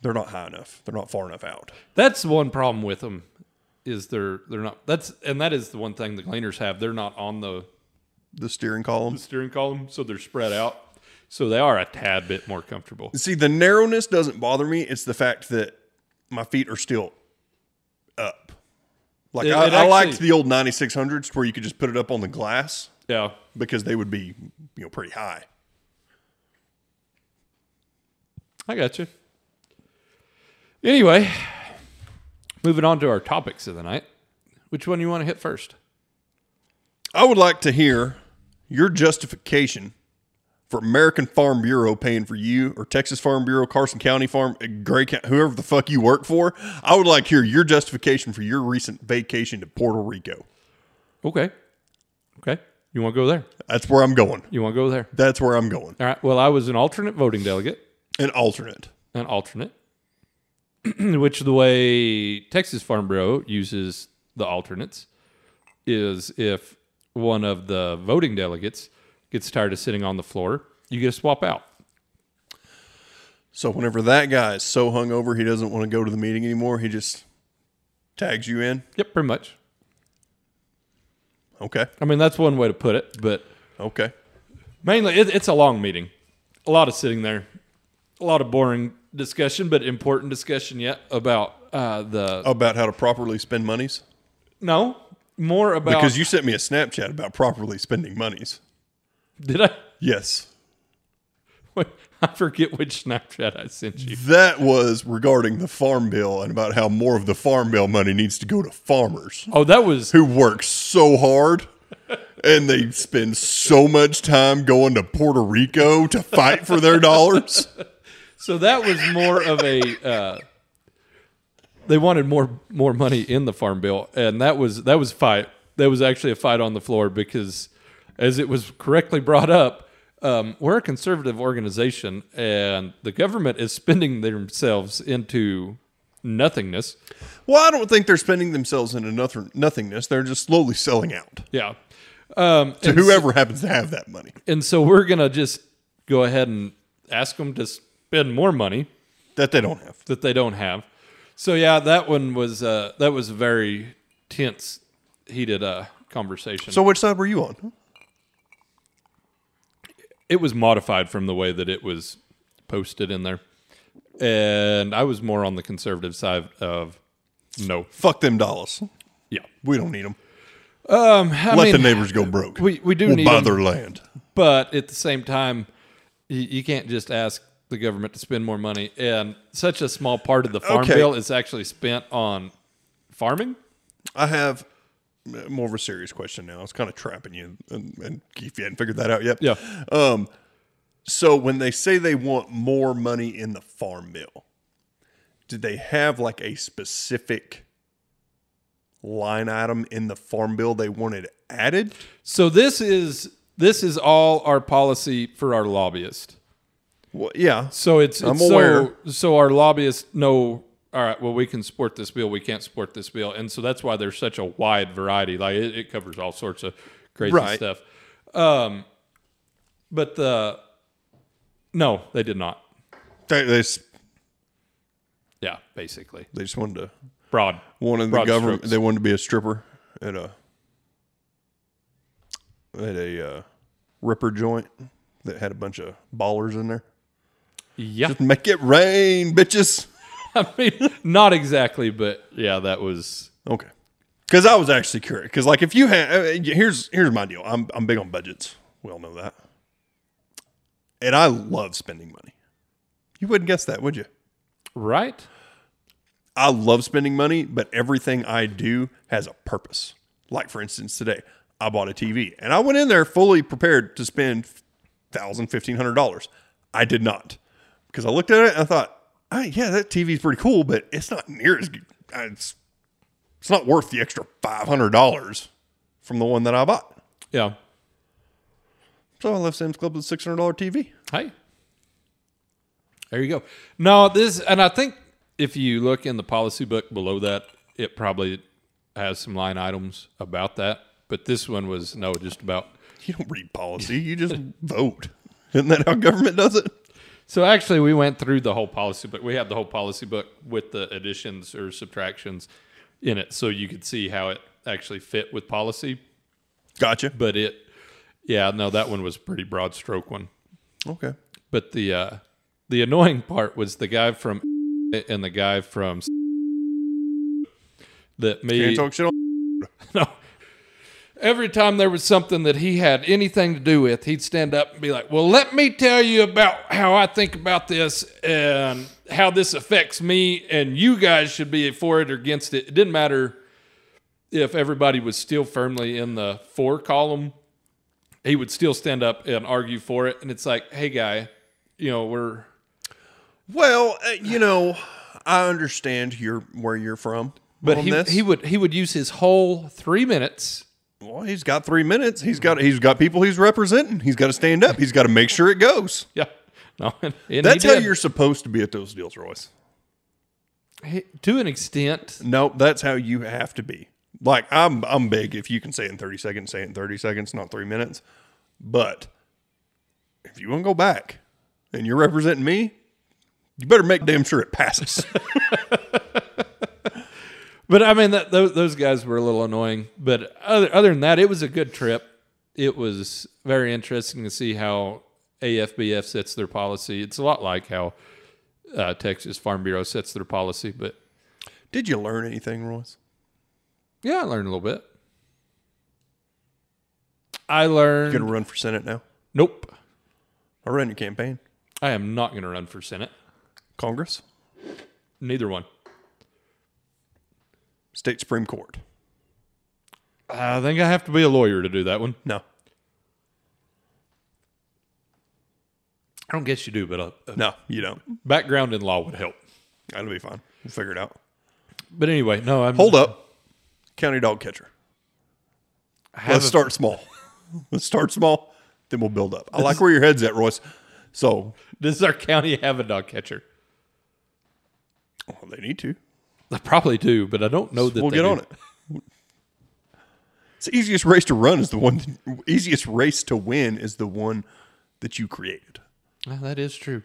C: they're not high enough. They're not far enough out.
D: That's the one problem with them is they're they're not that's and that is the one thing the cleaners have. They're not on the
C: The steering column.
D: steering column, so they're spread out. So they are a tad bit more comfortable.
C: See, the narrowness doesn't bother me. It's the fact that my feet are still up. Like,
D: It-
C: I,
D: it
C: I liked
D: actually-
C: the old 9600s where you could just put it up on the glass
D: Yeah.
C: because they would be, you know, pretty high.
D: I got you. Anyway, moving on to our topics of the night. Which one you want to hit first?
C: I would like to hear your justification for American Farm Bureau paying for you or Texas Farm Bureau, Carson County Farm, eh, Gray County, whoever the fuck you work for. I would like to hear your justification for your recent vacation to Puerto Rico.
D: Okay. Okay. You want to go there?
C: That's where I'm going.
D: You want to go there?
C: That's where I'm going.
D: All right. Well, I was an alternate voting delegate,
C: An alternate.
D: an alternate, which the way Texas Farm Bureau uses the alternates is if one of the voting delegates gets tired of sitting on the floor, you get a swap out.
C: So whenever that guy is so hungover he doesn't want to go to the meeting anymore, he just tags you in.
D: Yep, pretty much.
C: Okay.
D: I mean, that's one way to put it, but
C: Okay.
D: mainly it, it's a long meeting, a lot of sitting there, a lot of boring discussion, but important discussion yet about uh, the
C: About how to properly spend monies.
D: no more about
C: Because you sent me a Snapchat about properly spending monies.
D: did I.
C: Yes.
D: Wait, I forget which Snapchat I sent you.
C: That was regarding the farm bill and about how more of the farm bill money needs to go to farmers
D: Oh, that was
C: who work so hard and they spend so much time going to Puerto Rico to fight for their dollars.
D: so. That was more of a. Uh, they wanted more more money in the farm bill, and that was that was a fight. That was actually a fight on the floor because, as it was correctly brought up, um, we're a conservative organization, and the government is spending themselves into nothingness.
C: Well, I don't think they're spending themselves into nothing, nothingness. They're just slowly selling out.
D: Yeah. Um,
C: to whoever happens to have that money.
D: and so we're gonna just go ahead and ask them to spend more money
C: That they don't have.
D: that they don't have. So yeah, that one was uh, that was a very tense, heated uh, conversation.
C: So which side were you on?
D: it was modified from the way that it was posted in there, and I was more on the conservative side of no,
C: Fuck them dollars.
D: Yeah.
C: We don't need them.
D: Um, I
C: Let
D: mean,
C: the neighbors go broke.
D: we- we do
C: we'll
D: need
C: buy
D: 'em.
C: their land.
D: but at the same time, you, you can't just ask the government to spend more money. And such a small part of the farm
C: Okay.
D: bill is actually spent on farming.
C: I have uh, more of a serious question now. I was kind of trapping you, and, and if you hadn't figured that out yet,
D: Yeah.
C: Um, so when they say they want more money in the farm bill, did they have like a specific line item in the farm bill they wanted added?
D: So this is this is all our policy for our lobbyists.
C: Well, yeah.
D: So it's,
C: I'm
D: it's so-
C: aware.
D: So, our lobbyists know. All right. Well, we can support this bill. We can't support this bill, and so that's why there's such a wide variety. Like it, it covers all sorts of crazy
C: Right.
D: stuff. Um, but the no, they did not.
C: They, they, s-
D: Yeah, basically
C: they just wanted to
D: broad.
C: wanted the
D: Broad
C: government.
D: strokes.
C: They wanted to be a stripper at a at a uh, ripper joint that had a bunch of ballers in there.
D: Yeah,
C: Make it rain, bitches.
D: I mean, not exactly, but yeah, that was
C: Okay. Because I was actually curious. Because like if you had uh, here's here's my deal. I'm I'm big on budgets. We all know that. And I love spending money. You wouldn't guess that, would you?
D: right.
C: I love spending money, but everything I do has a purpose. Like for instance, today I bought a TV and I went in there fully prepared to spend thousand fifteen hundred dollars. I did not because I looked at it and I thought, "Ah, yeah, that TV's pretty cool, but it's not near as good. ah, It's it's not worth the extra five hundred dollars from the one that I bought.
D: Yeah.
C: So I left Sam's Club with a six hundred dollar TV.
D: Hey. There you go. No, this, and I think if you look in the policy book below that, it probably has some line items about that. But this one was, no, just about.
C: You don't read policy; you just vote. Isn't that how government does it?
D: So actually, we went through the whole policy book. We had the whole policy book with the additions or subtractions in it. So you could see how it actually fit with policy.
C: Gotcha.
D: But it, yeah, no, that one was a pretty broad stroke one.
C: Okay.
D: But the uh, the annoying part was the guy from and the guy from that
C: Can't
D: me
C: talk shit on.
D: no. Every time there was something that he had anything to do with, he'd stand up and be like, "Well, let me tell you about how I think about this and how this affects me, and you guys should be for it or against it." It didn't matter if everybody was still firmly in the for column; he would still stand up and argue for it. And it's like, "Hey, guy, you know we're
C: Well, uh, you know, I understand your where you're from,
D: but
C: on
D: he,
C: this.
D: he would he would use his whole three minutes."
C: well, he's got three minutes. He's got he's got people he's representing. He's got to stand up. He's got to make sure it goes.
D: Yeah, no, and- and he
C: That's how
D: did.
C: you're supposed to be at those deals, Royce.
D: He- to an extent.
C: No, that's how you have to be. Like I'm I'm big. If you can say it in 30 seconds, say it in 30 seconds, not three minutes. But if you want to go back and you're representing me, you better make damn sure it passes.
D: But I mean, that, those, those guys were a little annoying. But other, other than that, it was a good trip. It was very interesting to see how AFBF sets their policy. It's a lot like how uh, Texas Farm Bureau sets their policy. But
C: Did you learn anything, Royce?
D: yeah, I learned a little bit. I
C: You gonna
D: learned.
C: run for Senate now?
D: Nope.
C: I ran your campaign.
D: I am not going to run for Senate.
C: Congress?
D: Neither one.
C: State Supreme Court.
D: I think I have to be a lawyer to do that one.
C: No,
D: I don't guess you do, but a, a
C: no, you don't.
D: background in law would help.
C: That'll be fine. We'll figure it out.
D: But anyway, no, I'm
C: Hold up, county dog catcher.
D: I have
C: Let's
D: a-
C: start small. Let's start small, then we'll build up. I like where your head's at, Royce. So
D: Does our county have a dog catcher?
C: well, they need to.
D: They probably do, but I don't know that
C: we'll
D: they
C: get
D: do.
C: on it. It's the easiest race to run is the one. Easiest race to win is the one that you created.
D: Well, that is true.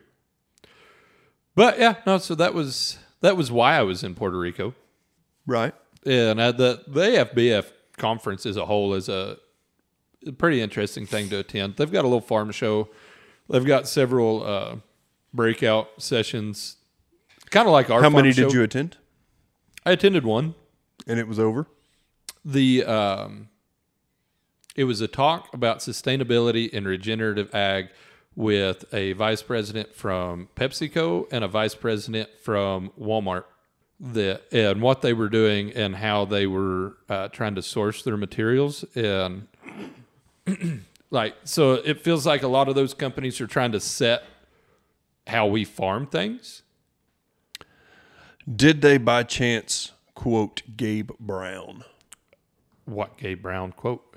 D: But yeah, no. So that was that was why I was in Puerto Rico,
C: Right.
D: yeah, and I, the the AFBF conference as a whole is a pretty interesting thing to attend. They've got a little farm show. They've got several uh, breakout sessions, kind of like our.
C: How
D: farm
C: many
D: show.
C: did you attend?
D: I attended one.
C: And it was over.
D: the um, it was a talk about sustainability and regenerative ag with a vice president from PepsiCo and a vice president from Walmart. The, and what they were doing and how they were uh, trying to source their materials and like so it feels like a lot of those companies are trying to set how we farm things
C: Did they by chance quote Gabe Brown?
D: what gabe brown quote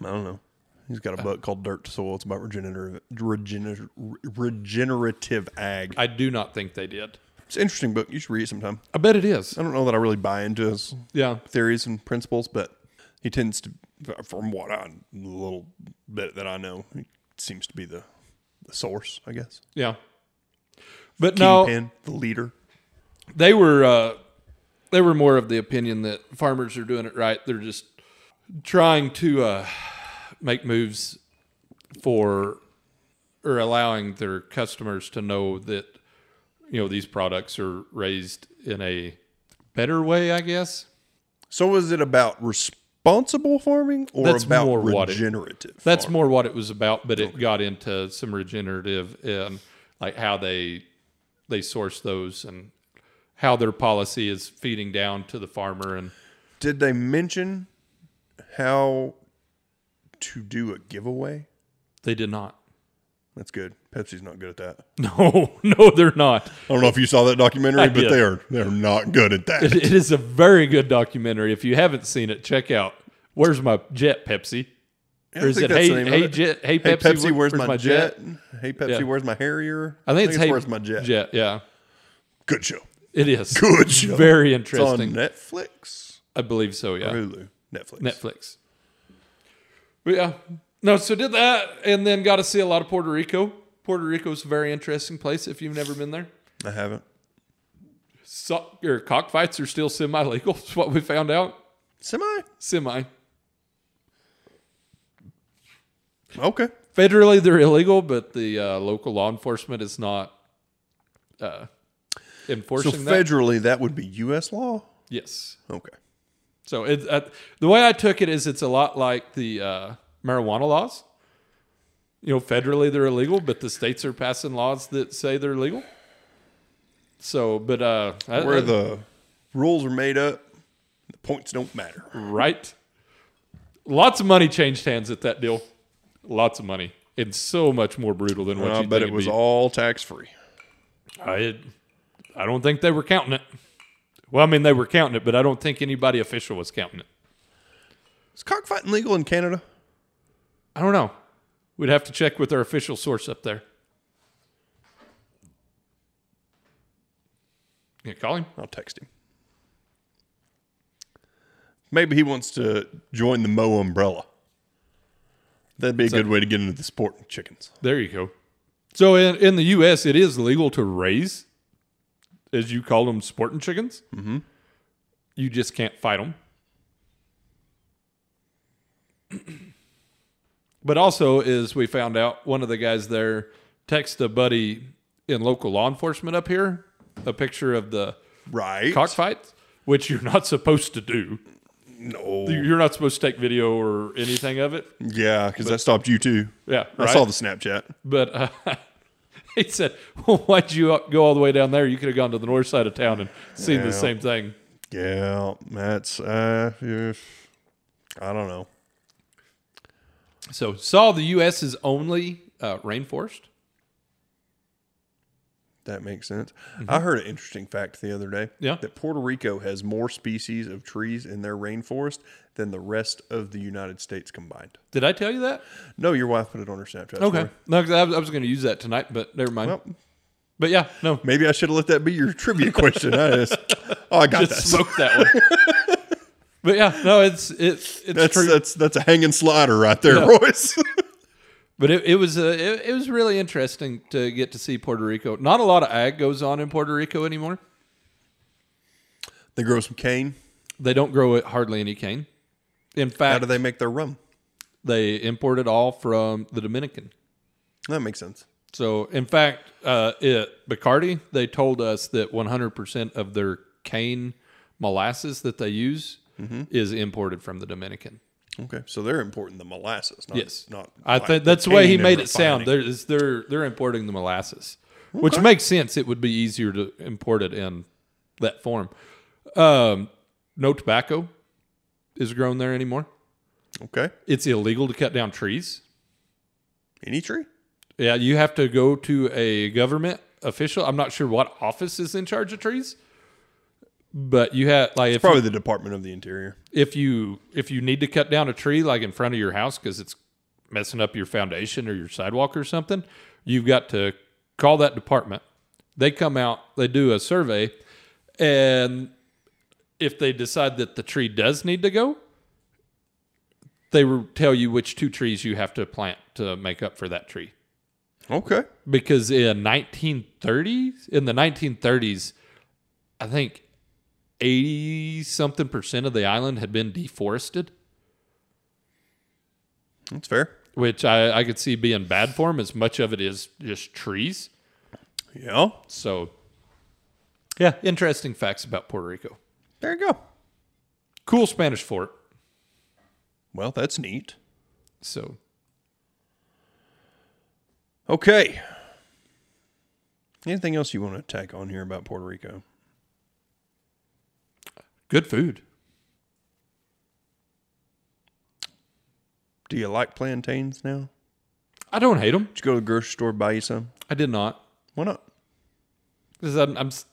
C: I don't know. He's got a book called Dirt to Soil. It's about regenerative regener, regenerative ag.
D: i do not think they did
C: It's an interesting book. You should read it sometime.
D: i bet it is
C: I don't know that I really buy into his
D: yeah
C: theories and principles, but he tends to, from what I little bit that I know, he seems to be the the source, I guess.
D: yeah but no
C: Kingpin, the leader.
D: they were uh, they were more of the opinion that farmers are doing it right. They're just trying to uh, make moves for or allowing their customers to know that you know these products are raised in a better way. I guess
C: So is it about responsible farming or
D: That's
C: about
D: more what it-
C: regenerative?
D: that's more what it was about. But it got into some regenerative and like how they they source those and how their policy is feeding down to the farmer and
C: Did they mention how to do a giveaway?
D: they did not.
C: That's good. Pepsi's not good at that.
D: No, no, they're not.
C: I don't know if you saw that documentary,
D: I
C: but
D: did.
C: they are they're not good at
D: It,
C: that.
D: it is a very good documentary. If you haven't seen it, check out "Where's My Jet Pepsi."
C: I
D: Or is
C: think
D: it
C: that's
D: "Hey,
C: the name of
D: hey,
C: it.
D: Jet, hey,
C: Hey
D: Pepsi,
C: Pepsi,
D: where-
C: where's, my, jet? Hey Pepsi,
D: Yeah.
C: where's my Harrier?
D: I think it's, "Hey,
C: where's my jet?
D: Jet, yeah,
C: Good show.
D: it is.
C: Good show.
D: Very
C: It's on
D: interesting.
C: Netflix.
D: I believe so. Yeah,
C: Hulu. Netflix.
D: Netflix. But yeah, no. So did that, and then got to see a lot of Puerto Rico. Puerto Rico's a very interesting place if you've never been there.
C: I haven't.
D: So, or cockfights are still semi-legal. Is what we found out.
C: Semi.
D: Semi.
C: Okay.
D: federally they're illegal, but the uh, local law enforcement is not uh, enforcing
C: so
D: that.
C: federally, that? would be U.S. law.
D: yes.
C: Okay.
D: So it, uh, the way I took it is it's a lot like the uh, marijuana laws. You know, federally they're illegal, but the states are passing laws that say they're legal. So, but uh, I-
C: Where the rules are made up, the points don't matter.
D: right, lots of money changed hands at that deal. Lots of money, and so much more brutal than what
C: I
D: you.
C: bet
D: think
C: it was
D: be.
C: all tax free.
D: I I don't think they were counting it. Well, I mean they were counting it, but I don't think anybody official was counting it.
C: Is cockfighting legal in Canada?
D: I don't know. We'd have to check with our official source up there. Yeah, call him.
C: I'll text him. Maybe he wants to join the Mo umbrella. That'd be a good way to get into the sport of chickens.
D: There you go. So in, in the U.S., it is legal to raise, as you call them, sporting chickens. Mm-hmm. You just can't fight them. but also, as we found out, one of the guys there texted a buddy in local law enforcement up here a picture of the
C: Right?
D: cockfight, which you're not supposed to do.
C: no.
D: You're not supposed to take video or anything of it.
C: Yeah, because that stopped you too.
D: Yeah,
C: I
D: right?
C: saw the Snapchat.
D: But uh, he said, well, "Why'd you go all the way down there? You could have gone to the north side of town and seen the same thing."
C: Yeah, that's uh, yeah. I don't know.
D: So saw the U.S.'s only uh, rainforest.
C: That makes sense. I heard an interesting fact the other day.
D: Yeah.
C: That Puerto Rico has more species of trees in their rainforest than the rest of the United States combined.
D: Did I tell you that?
C: No, your wife put it on her Snapchat.
D: Okay,
C: story.
D: no, 'cause I was, I was going to use that tonight, but never mind.
C: Well-
D: but yeah, no,
C: Maybe I should have let that be your trivia question. I just, oh, I got that.
D: just smoked that one. but yeah, no, it's it's it's
C: that's uh,
D: true.
C: that's that's a hanging slider right there, Royce.
D: But it, it was uh, it, it was really interesting to get to see Puerto Rico. Not a lot of ag goes on in Puerto Rico anymore.
C: they grow some cane.
D: They don't grow it hardly any cane. In fact,
C: How do they make their rum?
D: they import it all from the Dominican.
C: That makes sense.
D: So, in fact, uh, it Bacardi they told us that 100% of their cane molasses that they use is imported from the Dominican.
C: Okay, so they're importing the molasses. Not,
D: Yes,
C: not.
D: I
C: like,
D: think that's the way he
C: cane and
D: made it sound.
C: refining.
D: They're it's- they're they're importing the molasses, which makes sense. It would be easier to import it in that form. Um, no tobacco is grown there anymore.
C: okay.
D: It's illegal to cut down trees.
C: Any tree?
D: Yeah, you have to go to a government official. I'm not sure what office is in charge of trees, but you have like if you-
C: Probably the Department of the Interior.
D: if you if you need to cut down a tree like in front of your house because it's messing up your foundation or your sidewalk or something, you've got to call that department. They come out, they do a survey, and if they decide that the tree does need to go, they will tell you which two trees you have to plant to make up for that tree
C: Okay.
D: because in 1930s in the 1930s i think 80 something percent of the island had been deforested
C: That's fair.
D: which I, I could see being bad for them as much of it is just trees
C: Yeah.
D: so yeah interesting facts about puerto rico
C: There you go.
D: cool spanish fort
C: Well, that's neat.
D: so
C: Okay. Anything else you want to attack on here about Puerto Rico?
D: good food
C: Do you like plantains now?
D: i don't hate them
C: Did you go to the grocery store buy you some?
D: i did not
C: Why not?
D: because I'm, I'm s-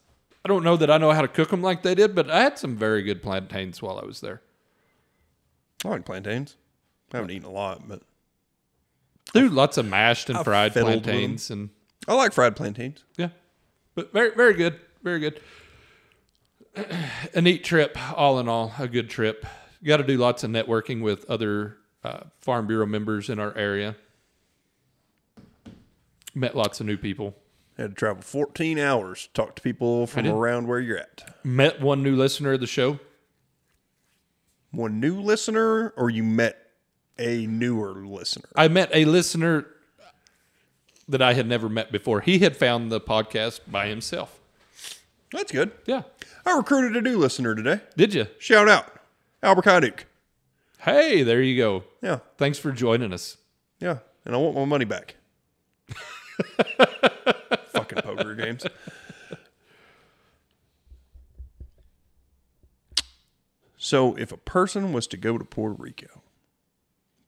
D: i don't know that i know how to cook them like they did but i had some very good plantains while i was there
C: I like plantains. I haven't eaten a lot, but
D: Dude, lots of mashed and fried
C: fiddled with 'em.
D: plantains and
C: I like fried plantains.
D: yeah, but very very good, very good. A neat trip, all in all, a good trip. Got to do lots of networking with other uh, farm bureau members in our area. Met lots of new people.
C: I had to travel 14 hours to talk to people from
D: did.
C: around where you're at.
D: Met one new listener of the show.
C: One new listener, or you met a newer listener?
D: I met a listener that I had never met before. He had found the podcast by himself.
C: That's good.
D: Yeah,
C: I recruited a new listener today.
D: did you?
C: Shout out, Albert Kynuk.
D: Hey, there you go.
C: Yeah,
D: Thanks for joining us.
C: yeah. And I want my money back. Fucking poker games. So, if a person was to go to Puerto Rico,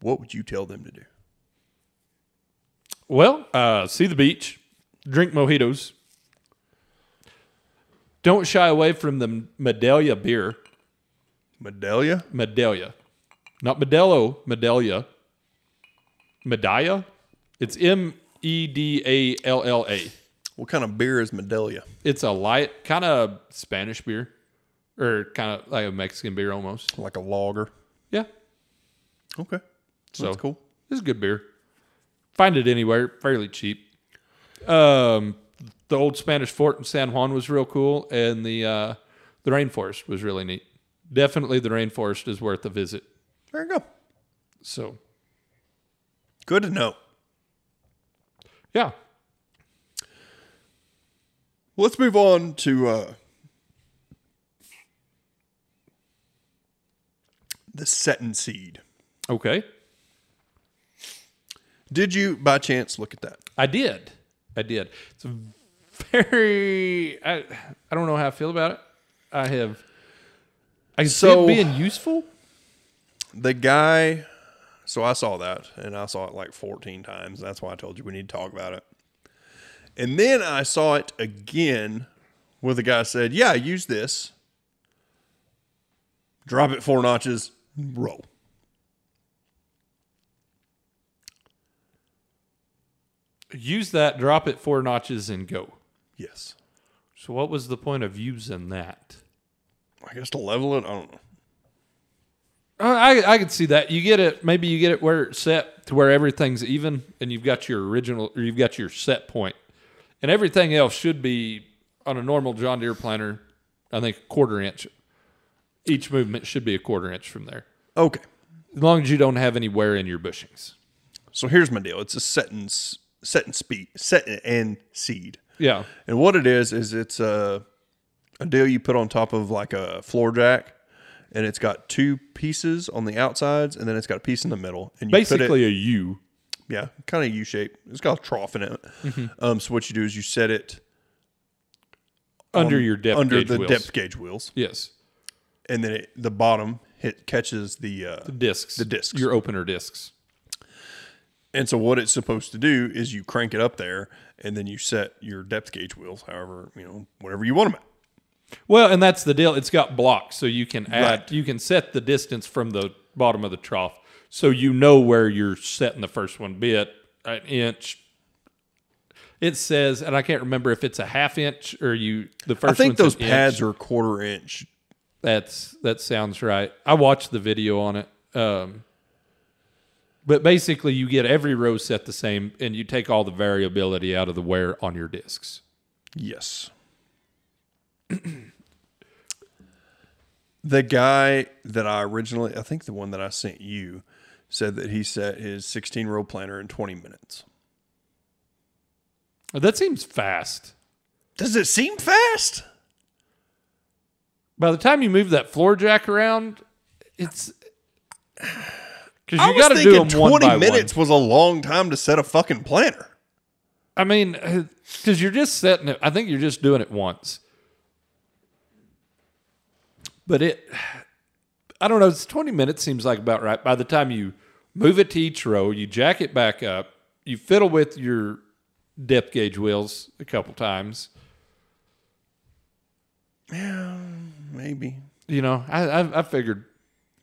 C: what would you tell them to do?
D: Well, uh, see the beach, drink mojitos. Don't shy away from the Medallia beer.
C: Medallia?
D: Medallia. Not Modelo, Medallia. Medalla? It's M E D A L L A.
C: What kind of beer is Medallia?
D: It's a light, kind of Spanish beer, or kind of like a Mexican beer almost.
C: Like a lager.
D: Yeah,
C: Okay. So
D: So-
C: that's cool.
D: It's a good beer. Find it anywhere, fairly cheap. Um, the old Spanish fort in San Juan was real cool, and the uh, the rainforest was really neat. Definitely, the rainforest is worth a visit.
C: There you go.
D: So,
C: Good to know.
D: yeah,
C: Let's move on to uh, the setting seed.
D: okay,
C: Did you by chance look at that?
D: I did, I did. It's a very, I, I don't know how I feel about it. I have, I can
C: So-
D: see it being useful.
C: The guy, so I saw that and I saw it like 14 times. That's why I told you we need to talk about it. And then I saw it again where the guy said, Yeah, use this, drop it four notches, roll.
D: Use that, drop it four notches, and go.
C: Yes.
D: So, what was the point of using that?
C: I guess to level it, I don't know.
D: Uh, I I could see that. You get it. Maybe you get it where it's set to where everything's even, and you've got your original or you've got your set point, and everything else should be on a normal John Deere planter. I think a quarter inch. Each movement should be a quarter inch from there,
C: Okay.
D: as long as you don't have any wear in your bushings.
C: So here's my deal. It's a set and s- set and speed, set and seed.
D: Yeah,
C: And what it is is it's a a deal you put on top of like a floor jack, and it's got two pieces on the outsides, and then it's got a piece in the middle. And you put it,
D: Basically a U.
C: yeah, kind of U shape. It's got a trough in it.
D: Mm-hmm.
C: Um, so what you do is you set it
D: Under
C: on-
D: your depth
C: under
D: gauge
C: the
D: wheels.
C: depth gauge wheels,
D: Yes.
C: and then it, the bottom hit catches the, uh,
D: Discs.
C: The discs.
D: Your opener discs.
C: and so what it's supposed to do is you crank it up there, and then you set your depth gauge wheels, however you know whatever you want them at.
D: Well, and that's the deal. It's got blocks, so you can add,
C: Right.
D: you can set the distance from the bottom of the trough, so you know where you're setting the first one. Be it an inch. It says, and I can't remember if it's a half inch or you. The first.
C: I think
D: one's
C: those
D: an
C: pads
D: inch.
C: are a quarter inch.
D: That's that sounds right. I watched the video on it. Um, but basically, you get every row set the same, and you take all the variability out of the wear on your discs.
C: Yes. the guy that I originally, I think the one that I sent you, said that he set his 16 row planner in 20 minutes.
D: That seems fast.
C: Does it seem fast?
D: By the time you move that floor jack around, it's because
C: I
D: you
C: was
D: got to do
C: thinking
D: them one
C: 20
D: by
C: minutes
D: one.
C: was a long time to set a fucking planner.
D: I mean, because you're just setting it. I think you're just doing it once. But it, I don't know. It's twenty minutes seems like about right. By the time you move it to each row, you jack it back up, you fiddle with your depth gauge wheels a couple times.
C: Maybe.
D: You know, I I, I figured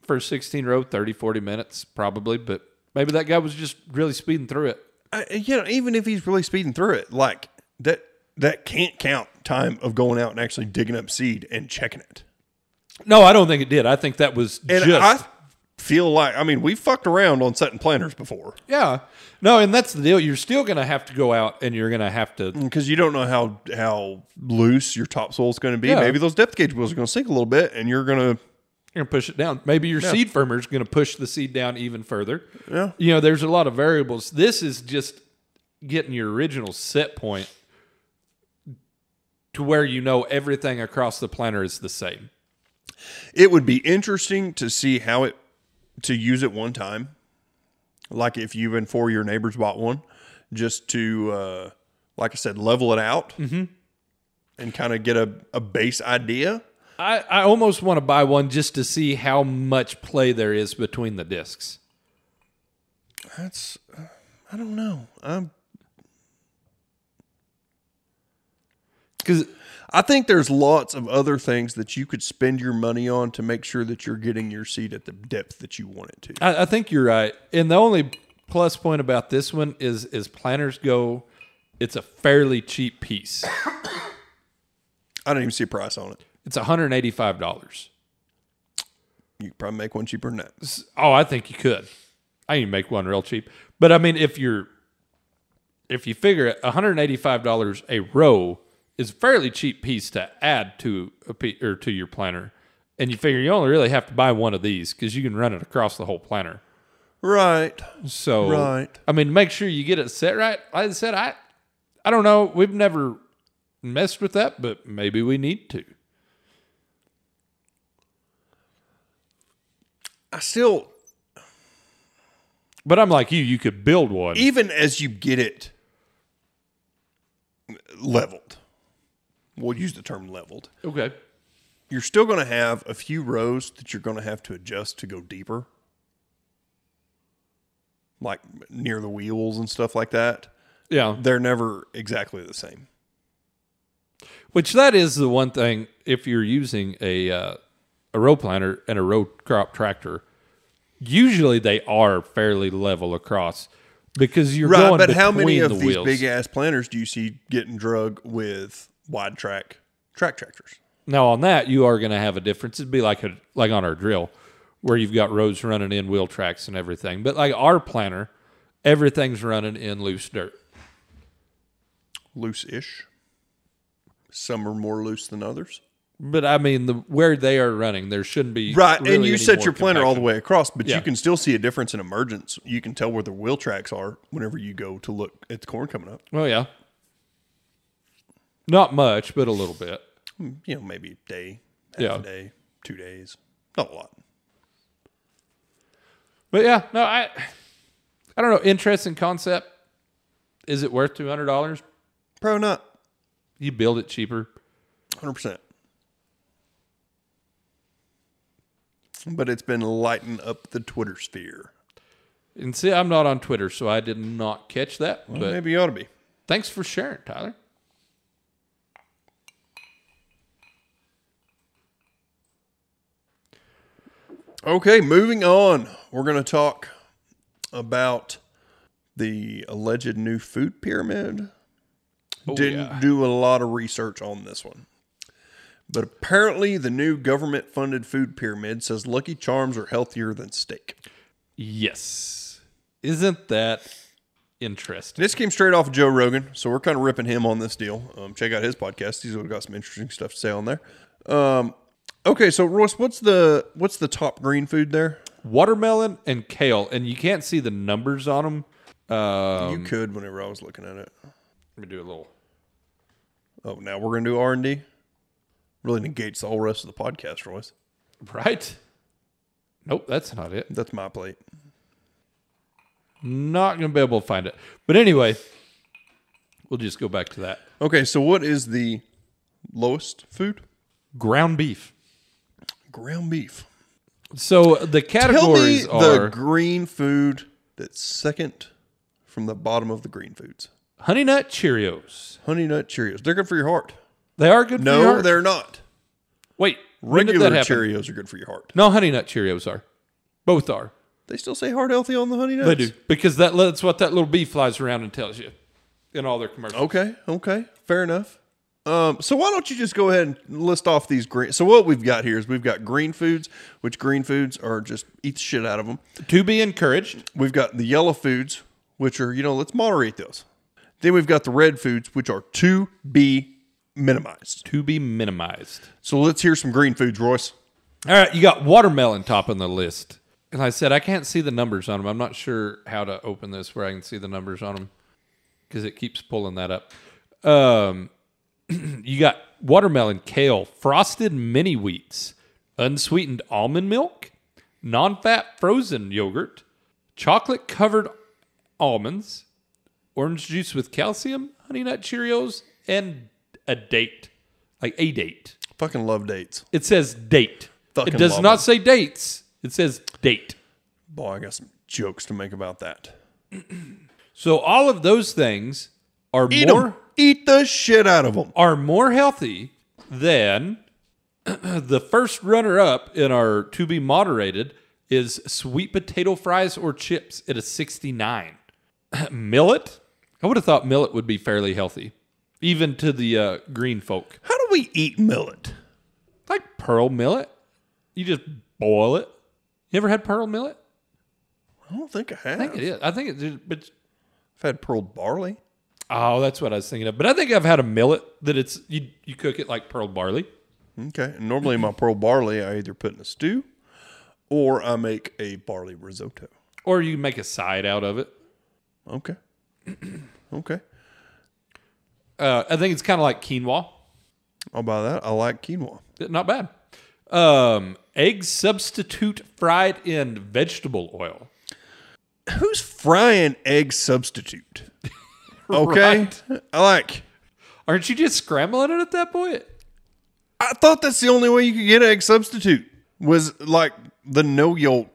D: for a sixteen row, 30, 40 minutes probably, but maybe that guy was just really speeding through it.
C: I, uh, you know, even if he's really speeding through it, like that, that can't count time of going out and actually digging up seed and checking it.
D: No, I don't think it did. I think that was
C: And
D: just
C: I feel like, I mean, we fucked around on setting planners before.
D: yeah. No, and that's the deal. You're still going to have to go out and you're going to have to
C: because you don't know how how loose your topsoil is going to be.
D: Yeah.
C: Maybe those depth gauge wheels are going to sink a little bit, and you're going to
D: you're going to push it down. Maybe your seed firmer is going to push the seed down even further. Yeah. You know, there's a lot of variables. This is just getting your original set point to where you know everything across the planter is the same.
C: it would be interesting to see how it to use it one time like if you and four of your neighbors bought one just to uh, like i said level it out and kind of get a, a base idea
D: I, I almost want to buy one just to see how much play there is between the discs.
C: that's uh, i don't know i'm
D: Because
C: I think there's lots of other things that you could spend your money on to make sure that you're getting your seed at the depth that you want it to.
D: I, I think you're right. And the only plus point about this one is is planners go, it's a fairly cheap piece.
C: I don't even see a price on it.
D: It's $185.
C: You could probably make one cheaper than that.
D: Oh, I think you could. I can make one real cheap. But I mean if you're if you figure it, $185 a row is a fairly cheap piece to add to a pe- or to your planner. And you figure you only really have to buy one of these because you can run it across the whole planner.
C: Right.
D: So
C: Right.
D: I mean, make sure you get it set right. Like I said, I I don't know. We've never messed with that, but maybe we need to.
C: I still,
D: But I'm like you, you could build one.
C: even as you get it leveled, we'll use the term leveled,
D: Okay.
C: you're still going to have a few rows that you're going to have to adjust to go deeper, like near the wheels and stuff like that.
D: Yeah.
C: They're never exactly the same.
D: Which that is the one thing if you're using a uh, a row planter and a row crop tractor, usually they are fairly level across because you're
C: Right.
D: going
C: But how many
D: between
C: of
D: the
C: these
D: wheels.
C: big ass planters do you see getting drug with wide track track tractors?
D: Now on that, you are going to have a difference. It'd be like a like on our drill, where you've got rows running in wheel tracks and everything. But like our planter, everything's running in loose dirt.
C: Loose ish. Some are more loose than others.
D: But I mean, the where they are running, there shouldn't be
C: Right, and
D: really
C: you
D: any
C: set
D: more
C: your planner all the
D: compaction.
C: way across, but
D: Yeah.
C: you can still see a difference in emergence. You can tell where the wheel tracks are whenever you go to look at the corn coming up.
D: Well, Oh, yeah, not much, but a little bit.
C: You know, maybe a day, half
D: Yeah.
C: a day, two days, Not a lot.
D: But yeah, no, I I don't know. Interesting concept. Is it worth two hundred dollars?
C: Probably not.
D: You build it cheaper.
C: 100%. But it's been lighting up the Twitter sphere.
D: And see, I'm not on Twitter, so I did not catch that. but
C: Maybe you ought to be.
D: thanks for sharing, Tyler.
C: Okay, moving on. We're going to talk about the alleged new food pyramid. Didn't
D: Oh, yeah.
C: do a lot of research on this one. But apparently, the new government funded food pyramid says Lucky Charms are healthier than steak.
D: Yes. Isn't that interesting?
C: This came straight off of Joe Rogan, so we're kind of ripping him on this deal. Um, check out his podcast; he's got some interesting stuff to say on there. Um, okay, so Royce, what's the what's the top green food there?
D: Watermelon and kale, and you can't see the numbers on them. Uh,
C: you could whenever I was looking at it.
D: let me do a little.
C: Oh, now we're gonna do R and D. Really negates the whole rest of the podcast, Royce.
D: Right? Nope, that's not it.
C: That's my plate.
D: Not gonna be able to find it. But anyway, we'll just go back to that.
C: Okay, so what is the lowest food?
D: Ground beef.
C: Ground beef.
D: So the
C: Tell me
D: categories
C: the
D: are
C: green food that's second from the bottom of the green foods.
D: Honey Nut Cheerios.
C: Honey Nut Cheerios. They're good for your heart.
D: They are good. for
C: No,
D: your heart.
C: they're not.
D: wait. when did
C: Regular
D: that happen?
C: Cheerios are good for your heart.
D: No, Honey Nut Cheerios are. Both are.
C: They still say heart healthy on the honey nuts.
D: They do because that, that's what that little bee flies around and tells you in all their commercials.
C: Okay, okay, fair enough. Um, so why don't you just go ahead and list off these green? So what we've got here is we've got green foods, which green foods are just eat the shit out of them.
D: To be encouraged.
C: We've got the yellow foods, which are you know let's moderate those. Then we've got the red foods, which are to be minimized.
D: To be minimized.
C: So let's hear some green foods, Royce.
D: All right, you got watermelon top on the list. And I said I can't see the numbers on them. I'm not sure how to open this where I can see the numbers on them because it keeps pulling that up. Um, you got watermelon, kale, frosted mini wheats, unsweetened almond milk, non-fat frozen yogurt, chocolate covered almonds, orange juice with calcium, honey nut Cheerios, and a date, like a date.
C: Fucking love dates.
D: It says date.
C: Fucking
D: it does
C: love
D: not
C: it.
D: say dates. It says date.
C: Boy, I got some jokes to make about that.
D: So all of those things are
C: Eat
D: more
C: them. Eat the shit out of them.
D: are more healthy than the first runner up in our to be moderated is sweet potato fries or chips at a 69. millet? I would have thought millet would be fairly healthy, even to the uh, green folk.
C: How do we eat millet?
D: Like pearl millet, you just boil it. You ever had pearl millet?
C: I don't think I have.
D: I think it is. I think it's, but
C: I've had pearled barley.
D: Oh, that's what I was thinking of. But I think I've had a millet that it's you you cook it like pearl barley.
C: Okay. And normally my pearl barley I either put in a stew or I make a barley risotto.
D: Or you make a side out of it.
C: Okay. okay.
D: Uh, I think it's kind of like quinoa.
C: I'll buy that. I like quinoa.
D: Not bad. Um, egg substitute fried in vegetable oil.
C: Who's frying egg substitute? Okay. I like.
D: Aren't you just scrambling it at that point?
C: I thought that's the only way you could get egg substitute was like the no yolk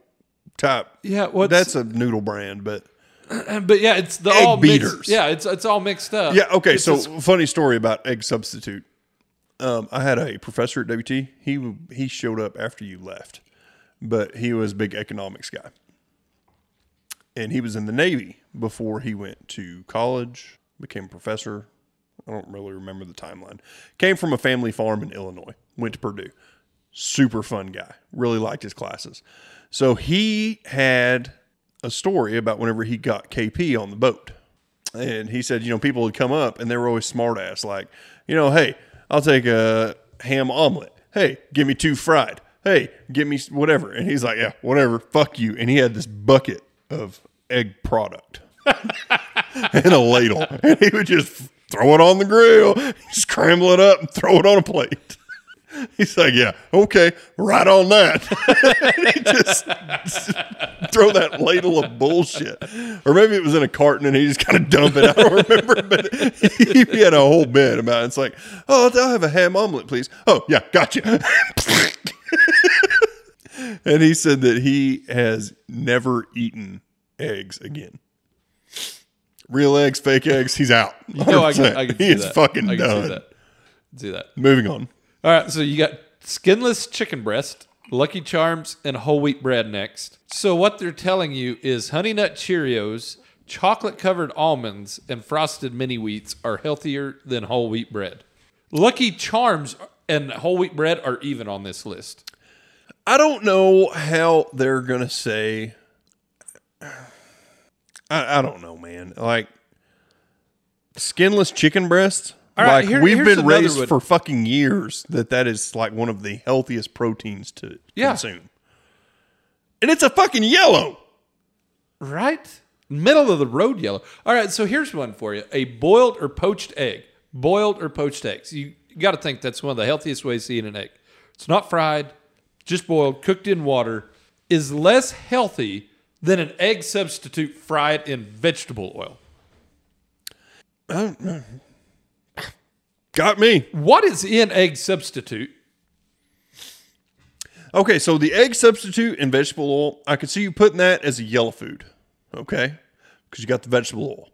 C: type.
D: Yeah, what's-
C: that's a noodle brand, but
D: But yeah, it's the
C: Egg
D: all mixed-
C: beaters.
D: yeah, it's it's all mixed up.
C: Yeah. Okay.
D: It's
C: so,
D: just-
C: funny story about egg substitute. Um, I had a professor at WT. He he showed up after you left, but he was a big economics guy, and he was in the Navy before he went to college, became a professor. I don't really remember the timeline. Came from a family farm in Illinois. Went to Purdue. Super fun guy. Really liked his classes. So he had a story about whenever he got KP on the boat. And he said, you know, people would come up and they were always smart ass, like, you know, hey, I'll take a ham omelet. Hey, give me two fried. Hey, give me s- whatever. And he's like, yeah, whatever. Fuck you. And he had this bucket of egg product and a ladle. And he would just throw it on the grill, scramble it up, and throw it on a plate. He's like, yeah, okay, right on that. And he just throw that ladle of bullshit, or maybe it was in a carton and he just kind of dumped it. I don't remember, but he, had a whole bit about it. It's like, oh, I'll have a ham omelet, please. Oh yeah, gotcha. and he said that he has never eaten eggs again. Real eggs, fake eggs. He's out.
D: No, I can, I
C: 100%.
D: can see
C: he is
D: that.
C: fucking
D: I can
C: done.
D: See that. See that.
C: Moving on.
D: All right, so you got skinless chicken breast, Lucky Charms, and whole wheat bread next. So what they're telling you is Honey Nut Cheerios, chocolate covered almonds, and frosted mini wheats are healthier than whole wheat bread. Lucky Charms and whole wheat bread are even on this list.
C: I don't know how they're gonna say. I, I don't know, man. Like skinless chicken breasts.
D: All right,
C: like
D: here-
C: we've
D: here's
C: been
D: another
C: raised
D: one.
C: for fucking years that that is like one of the healthiest proteins to
D: Yeah.
C: consume. And it's a fucking yellow.
D: Right? Middle of the road yellow. All right, so here's one for you. A boiled or poached egg. Boiled or poached eggs. You, you got to think that's one of the healthiest ways to eat an egg. It's not fried, just boiled, cooked in water, is less healthy than an egg substitute fried in vegetable oil.
C: Got me.
D: What is in egg substitute?
C: Okay, so the egg substitute and vegetable oil, I could see you putting that as a yellow food. Okay? Because you got the vegetable oil.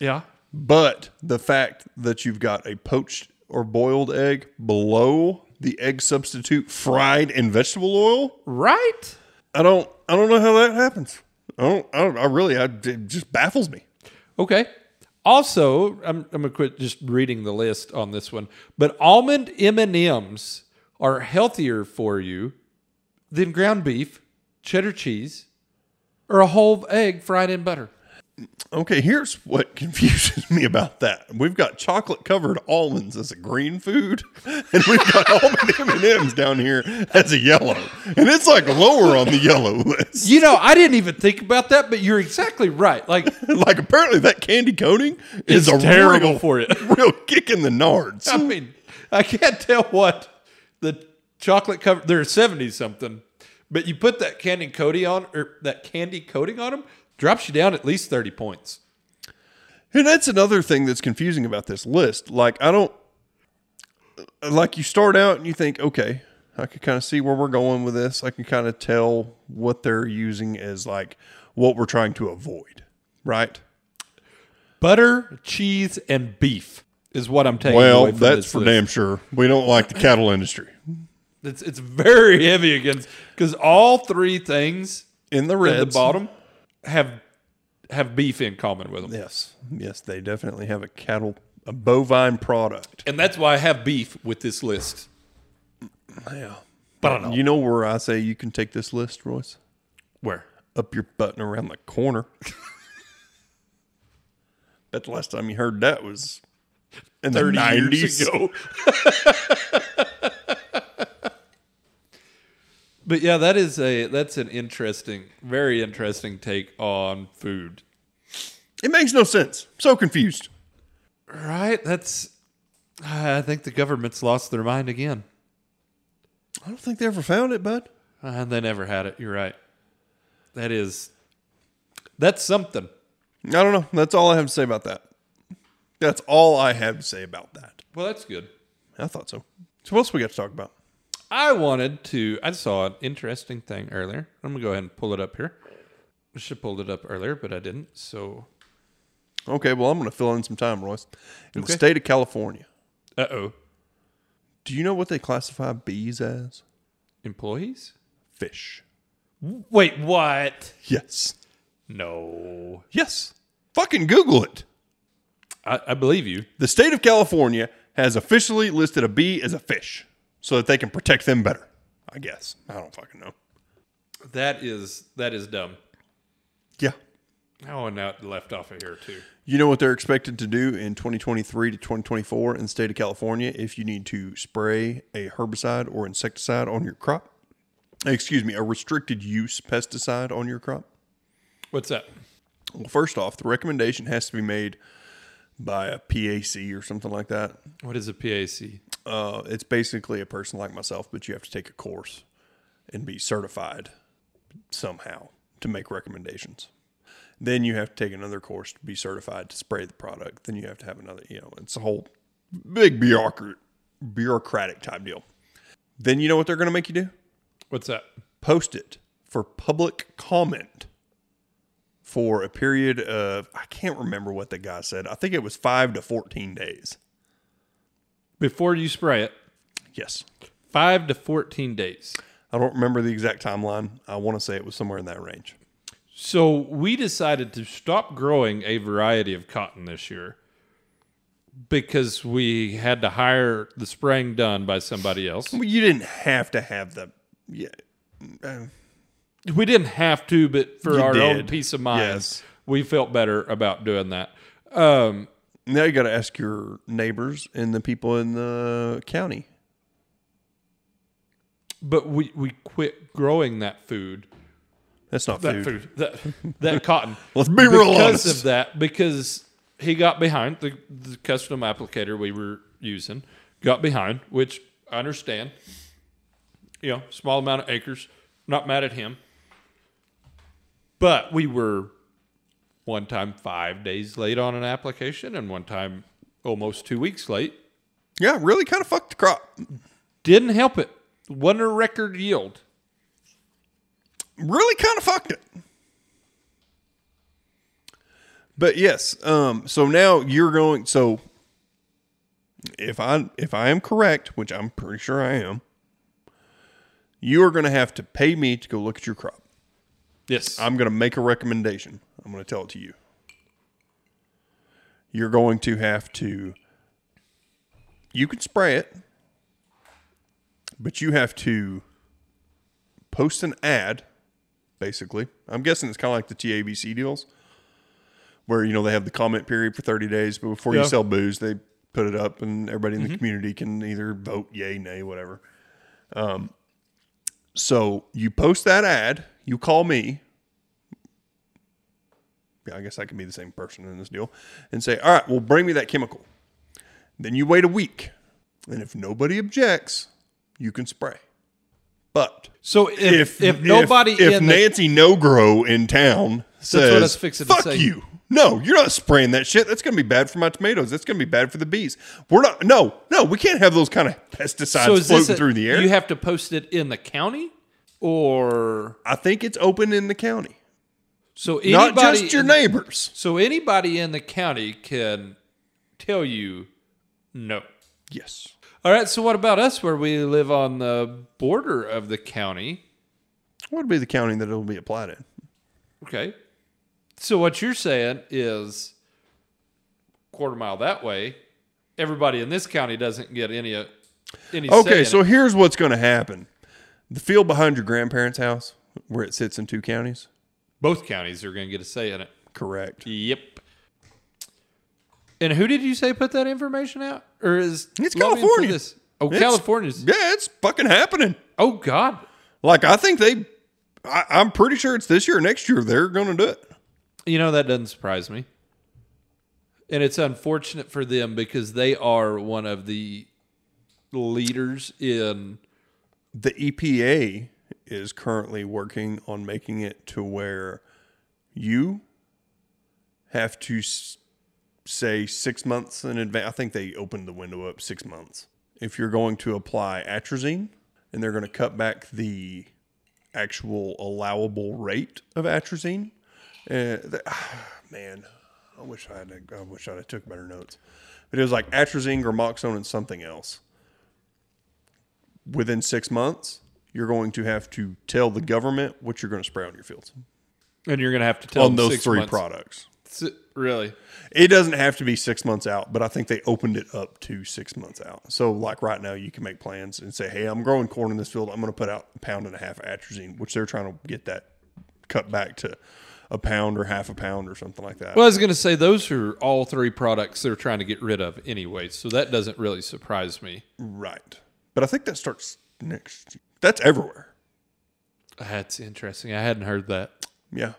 D: Yeah.
C: But the fact that you've got a poached or boiled egg below the egg substitute fried in vegetable oil,
D: Right?
C: I don't I don't know how that happens. I don't I, don't, I really I, it just baffles me.
D: Okay. Also, I'm, I'm gonna quit just reading the list on this one, but almond M and M's are healthier for you than ground beef, cheddar cheese, or a whole egg fried in butter.
C: Okay, here's what confuses me about that. We've got chocolate covered almonds as a green food, and we've got almond M and M's down here as a yellow, and it's like lower on the yellow list.
D: You know, I didn't even think about that, but you're exactly right. Like
C: Like apparently that candy coating is
D: It's
C: a
D: terrible
C: real,
D: for it.
C: real kick in the nards.
D: I mean, I can't tell what the chocolate cover. They're seventy something, but you put that candy coating on, or that candy coating on them, drops you down at least thirty points.
C: And that's another thing that's confusing about this list. Like, I don't, like, you start out and you think, okay, I can kind of see where we're going with this. I can kind of tell what they're using as, like, what we're trying to avoid, right?
D: butter, cheese, and beef is what I'm taking
C: Well,
D: away from
C: that's
D: this
C: for
D: list.
C: damn sure. We don't like the cattle industry.
D: It's, it's very heavy against because all three things
C: In the
D: at
C: red.
D: the bottom have have beef in common with them,
C: Yes. Yes, they definitely have a cattle, a bovine product.
D: and that's why I have beef with this list.
C: Yeah.
D: But I don't know
C: You know where I say you can take this list, Royce?
D: where.
C: up your butt and around the corner. Bet the last time you heard that was in the
D: 30
C: 90s.
D: years ago. But yeah, that is a that's an interesting, very interesting take on food.
C: It makes no sense. So confused.
D: Right? That's I think the government's lost their mind again.
C: I don't think they ever found it, bud.
D: Uh, they never had it. You're right. That is, that's something.
C: I don't know. That's all I have to say about that. That's all I have to say about that.
D: Well, that's good.
C: I thought so. So what else we got to talk about?
D: I wanted to. I saw an interesting thing earlier. I'm gonna go ahead and pull it up here. I should have pulled it up earlier, but I didn't. So,
C: Okay, well I'm going to fill in some time, Royce. In the
D: Okay.
C: state of California,
D: uh oh,
C: do you know what they classify bees as?
D: employees.
C: Fish.
D: Wait, what?
C: Yes.
D: No,
C: Yes. Fucking Google it.
D: I, I believe you.
C: The state of California has officially listed a bee as a fish so that they can protect them better. I guess. I don't fucking know.
D: That is that is dumb.
C: Yeah.
D: Oh, and now it left off of here too.
C: You know what they're expected to do in 2023 to 2024 in the state of California if you need to spray a herbicide or insecticide on your crop? Excuse me, a restricted use pesticide on your crop?
D: What's that?
C: Well, first off, the recommendation has to be made by a PAC or something like that.
D: What is a PAC?
C: Uh, it's basically a person like myself, but you have to take a course and be certified somehow to make recommendations. Then you have to take another course to be certified to spray the product. Then you have to have another, you know, it's a whole big bureaucrat, bureaucratic type deal. Then you know what they're going to make you do?
D: What's that?
C: post it for public comment for a period of I can't remember what the guy said. I think it was 5 to 14 days.
D: Before you spray it,
C: Yes.
D: five to 14 days.
C: I don't remember the exact timeline. I want to say it was somewhere in that range.
D: So we decided to stop growing a variety of cotton this year because we had to hire the spraying done by somebody else.
C: Well, you didn't have to have the yeah.
D: We didn't have to, but for
C: You
D: our own
C: did.
D: peace of mind,
C: Yes.
D: we felt better about doing that. Um,
C: Now you got to ask your neighbors and the people in the county.
D: but we, we quit growing that food,
C: That's not
D: that
C: food.
D: food, that, that cotton.
C: Let's be real
D: because
C: honest.
D: of that, because he got behind the, the custom applicator we were using, got behind, which I understand. You know, small amount of acres. Not mad at him. But we were one time five days late on an application and one time almost two weeks late.
C: Yeah, really kind of fucked the crop.
D: Didn't help it. Won a record yield.
C: really kind of fucked it. But yes, um, so now you're going. So if I if I am correct, which I'm pretty sure I am, you are going to have to pay me to go look at your crop.
D: Yes.
C: I'm going to make a recommendation. I'm going to tell it to you. You're going to have to. You can spray it, but you have to post an ad, basically. I'm guessing it's kind of like the TABC deals, where, you know, they have the comment period for 30 days, but before
D: Yeah. Mm-hmm.
C: you sell booze, they put it up and everybody in the community can either vote yay, nay, whatever. Um, So you post that ad, you call me. Yeah, I guess I can be the same person in this deal and say, all right, well, bring me that chemical. Then you wait a week. And if nobody objects, you can spray. But
D: so if if,
C: if
D: nobody
C: if,
D: in the-
C: Nancy No Grow in town says,
D: what I was fixing to
C: "Fuck
D: say.
C: you," no, you're not spraying that shit. That's going to be bad for my tomatoes. That's going to be bad for the bees. We're not. No, no, we can't have those kind of pesticides
D: so is this
C: floating
D: a-
C: through the air.
D: You have to post it in the county, or
C: I think it's open in the county.
D: so anybody.
C: not just your neighbors.
D: So anybody in the county can tell you no.
C: Yes.
D: All right. So what about us, where we live on the border of the county?
C: What would be the county that it'll be applied in?
D: Okay. So what you're saying is quarter mile that way. Everybody in this county doesn't get any. uh, Any say
C: Okay,
D: in
C: so
D: it.
C: here's what's going to happen: the field behind your grandparents' house, where it sits in two counties.
D: both counties are going to get a say in it.
C: Correct.
D: Yep. And who did you say put that information out? Or is
C: It's
D: lobbying for
C: California.
D: This? Oh,
C: It's-
D: California's.
C: Yeah, it's fucking happening.
D: Oh God.
C: Like I think they, I, I'm pretty sure it's this year or next year they're going to do it.
D: You know that doesn't surprise me. And it's unfortunate for them because they are one of the leaders in
C: The EPA is currently working on making it to where you have to s- say six months in advance. I think they opened the window up six months. If you're going to apply atrazine, and they're going to cut back the actual allowable rate of atrazine. Uh, th- man, I wish I had. I wish I had took better notes. But it was like atrazine, gramoxone, and something else. Within six months, you're going to have to tell the government what you're going to spray on your fields
D: and you're gonna have to tell
C: on
D: them
C: those
D: six
C: three
D: months.
C: products.
D: S- Really?
C: It doesn't have to be six months out, but I think they opened it up to six months out. So, like right now, you can make plans and say, "Hey, I'm growing corn in this field. I'm going to put out a pound and a half of atrazine," which they're trying to get that cut back to a pound or half a pound or something like that.
D: Well, I was gonna say those are all three products they're trying to get rid of anyway, so that doesn't really surprise me.
C: right, but I think that starts next. That's everywhere.
D: That's interesting. I hadn't heard that.
C: Yeah,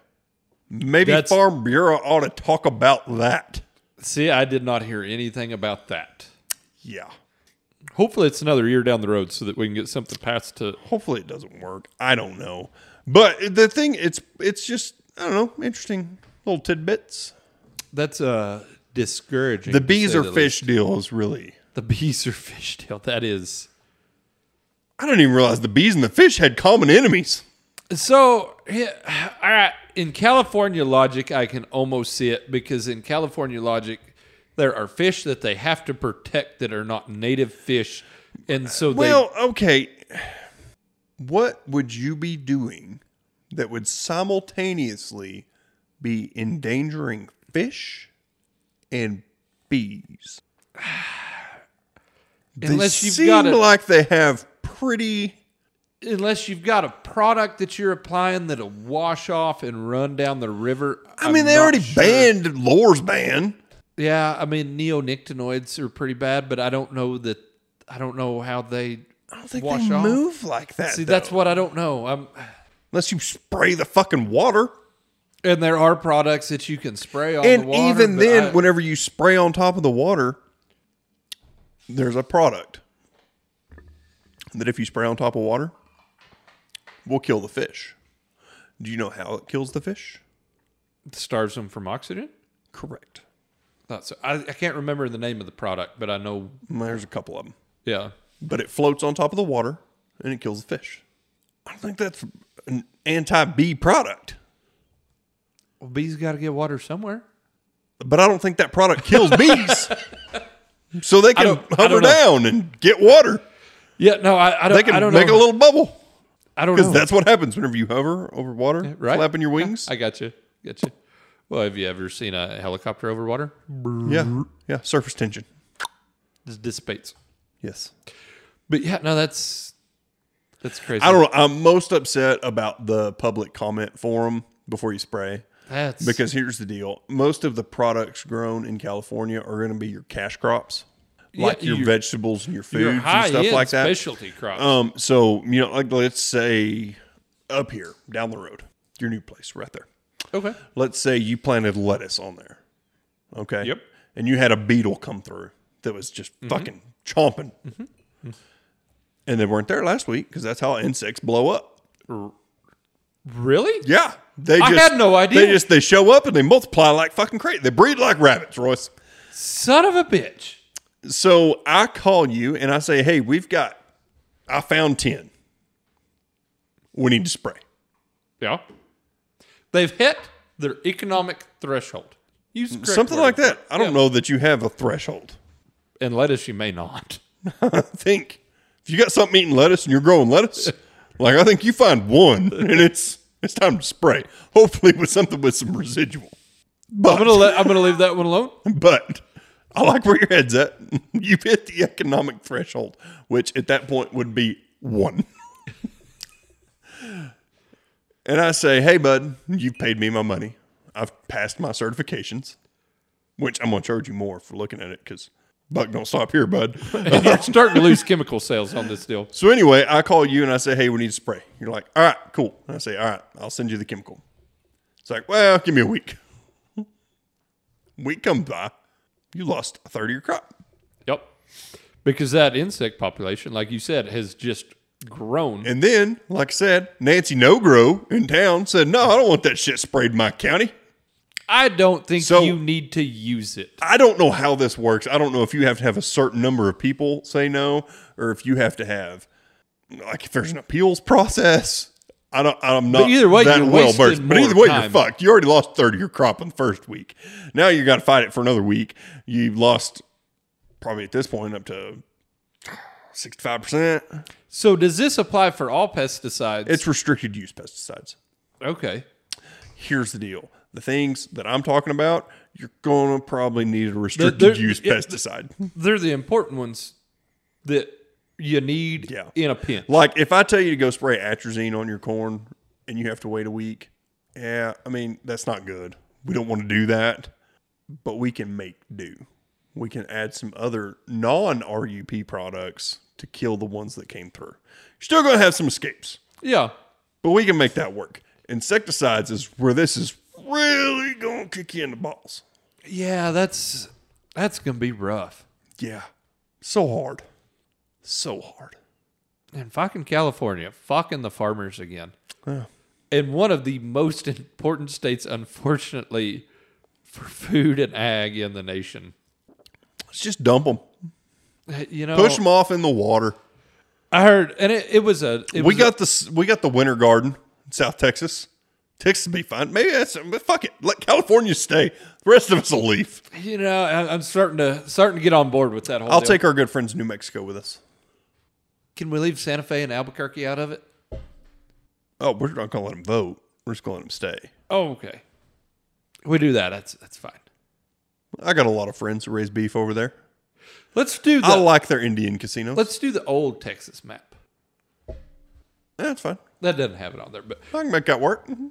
C: maybe
D: That's-
C: Farm Bureau ought to talk about that.
D: See, I did not hear anything about that.
C: Yeah.
D: Hopefully, it's another year down the road so that we can get something passed to.
C: Hopefully it doesn't work. I don't know. But the thing, it's it's just I don't know, interesting little tidbits.
D: That's uh discouraging.
C: The
D: to
C: bees
D: say
C: are
D: the
C: fish deal is really.
D: least. The bees are fish tail. That is.
C: I didn't even realize the bees and the fish had common enemies.
D: So, yeah, all right. In California logic, I can almost see it because in California logic, there are fish that they have to protect that are not native fish, and so
C: Well, okay. What would you be doing that would simultaneously be endangering fish and bees? They
D: Unless you've
C: seem
D: got a-
C: like they have pretty.
D: they unless you've got a product that you're applying that'll wash off and run down the river.
C: I
D: I'm
C: mean, they
D: not
C: already
D: sure.
C: banned Lore's ban.
D: Yeah, I mean neonicotinoids are pretty bad, but I don't know that. I don't know how they.
C: I don't think
D: wash
C: they
D: off.
C: move like that.
D: See, that's
C: though.
D: what I don't know. I'm,
C: unless you spray the fucking water.
D: and there are products that you can spray on the
C: and
D: water,
C: even
D: but
C: then,
D: I-
C: whenever you spray on top of the water, there's a product that if you spray on top of water, will kill the fish. Do you know how it kills the fish?
D: starves them from oxygen.
C: Correct.
D: Not so. I, I can't remember the name of the product, but I know.
C: There's a couple of them,
D: Yeah,
C: but it floats on top of the water and it kills the fish. I don't think that's an anti-bee product,
D: well, bees got to get water somewhere.
C: but I don't think that product kills bees. So they can
D: don't- I
C: hover
D: don't know.
C: down and get water.
D: Yeah, no, I, I don't.
C: They can
D: I don't
C: make a
D: know.
C: little bubble.
D: I don't know.
C: Because that's what happens whenever you hover over water,
D: right?
C: flapping your wings.
D: I got you. Got you. Well, have you ever seen a helicopter over water?
C: yeah, yeah, surface tension.
D: Just dissipates.
C: Yes,
D: But yeah, no, that's that's crazy.
C: I don't know. I'm most upset about the public comment forum before you spray.
D: That's
C: Because here's the deal: most of the products grown in California are going to be your cash crops,
D: Yeah,
C: like your,
D: your-
C: vegetables and your
D: your
C: foods and stuff
D: high-end
C: like that.
D: Specialty crops.
C: Um, so you know, like let's say up here, down the road, your new place, right there.
D: okay.
C: let's say you planted lettuce on there. Okay.
D: Yep. Mm-hmm.
C: And you had a beetle come through that was just fucking chomping. And they weren't there last week because that's how insects blow up.
D: Really?
C: Yeah. They
D: I
C: just,
D: had no idea.
C: They just they show up and they multiply like fucking crazy. They breed like rabbits, Royce.
D: Son of a bitch.
C: So I call you and I say, hey, we've got I found 10. We need to spray.
D: Yeah. They've hit their economic threshold. Use the correct
C: Something
D: word.
C: like that. I don't
D: Yeah.
C: know that you have a threshold.
D: And lettuce, you may not.
C: think if you got something eating lettuce and you're growing lettuce, like I think you find one and it's it's time to spray. Hopefully with something with some residual.
D: I'm gonna
C: But
D: let, I'm gonna leave that one alone.
C: but I like where your head's at. You've hit the economic threshold, which at that point would be one. and I say, hey bud, you've paid me my money. I've passed my certifications, which I'm gonna charge you more for looking at it because Buck don't stop here, bud.
D: You're starting to lose chemical sales on this deal.
C: So anyway, I call you and I say, "Hey, we need to spray." You're like, "All right, cool." And I say, "All right, I'll send you the chemical." It's like, "Well, give me a week." Week comes by, you lost a third of your crop.
D: Yep. Because that insect population, like you said, has just grown.
C: And then, like I said, Nancy Nogro in town said, "No, I don't want that shit sprayed in my county."
D: I don't think
C: So-
D: you need to use it.
C: I don't know how this works. I don't know if you have to have a certain number of people say no, or if you have to have like if there's an appeals process. I don't. I'm not.
D: either way,
C: that
D: you're
C: well
D: wasting
C: versed. But
D: more
C: either way, you're
D: time.
C: fucked. You already lost thirty of your crop in the first week. Now you got to fight it for another week. You've lost probably at this point up to sixty five percent.
D: So does this apply for all pesticides?
C: It's restricted use pesticides.
D: okay.
C: Here's the deal: the things that I'm talking about, you're gonna probably need a restricted
D: there-
C: use
D: yeah,
C: pesticide.
D: They're the important ones that you need
C: Yeah.
D: in a pinch.
C: Like if I tell you to go spray atrazine on your corn and you have to wait a week, yeah, I mean that's not good. We don't want to do that, but we can make do. We can add some other non-RUP products to kill the ones that came through. You're still going to have some escapes,
D: Yeah.
C: but we can make that work. Insecticides is where this is really going to kick you in the balls.
D: Yeah, that's that's gonna be rough.
C: Yeah. So hard. So hard.
D: And fucking California, fucking the farmers again.
C: Yeah.
D: And one of the most important states, unfortunately, for food and ag in the nation. Uh,
C: Let's just dump them.
D: You know,
C: Push them off in the water.
D: I heard, and it, it was a. It
C: we
D: was a-
C: got the s we got the winter garden in South Texas. Texas will be fine. Maybe that's but fuck it. Let California stay. The rest of us will leave.
D: you know, I, I'm starting to starting to get on board with that whole.
C: I'll
D: deal.
C: take our good friends New Mexico with us.
D: Can we leave Santa Fe and Albuquerque out of it?
C: Oh, we're not gonna let them vote. We're just gonna let them stay.
D: Oh, okay. We do that. That's that's fine.
C: I got a lot of friends who raise beef over there.
D: Let's do the
C: I like their Indian casinos.
D: let's do the old Texas map.
C: That's fine.
D: That doesn't have it on there, but
C: I can make that work. Mm-hmm.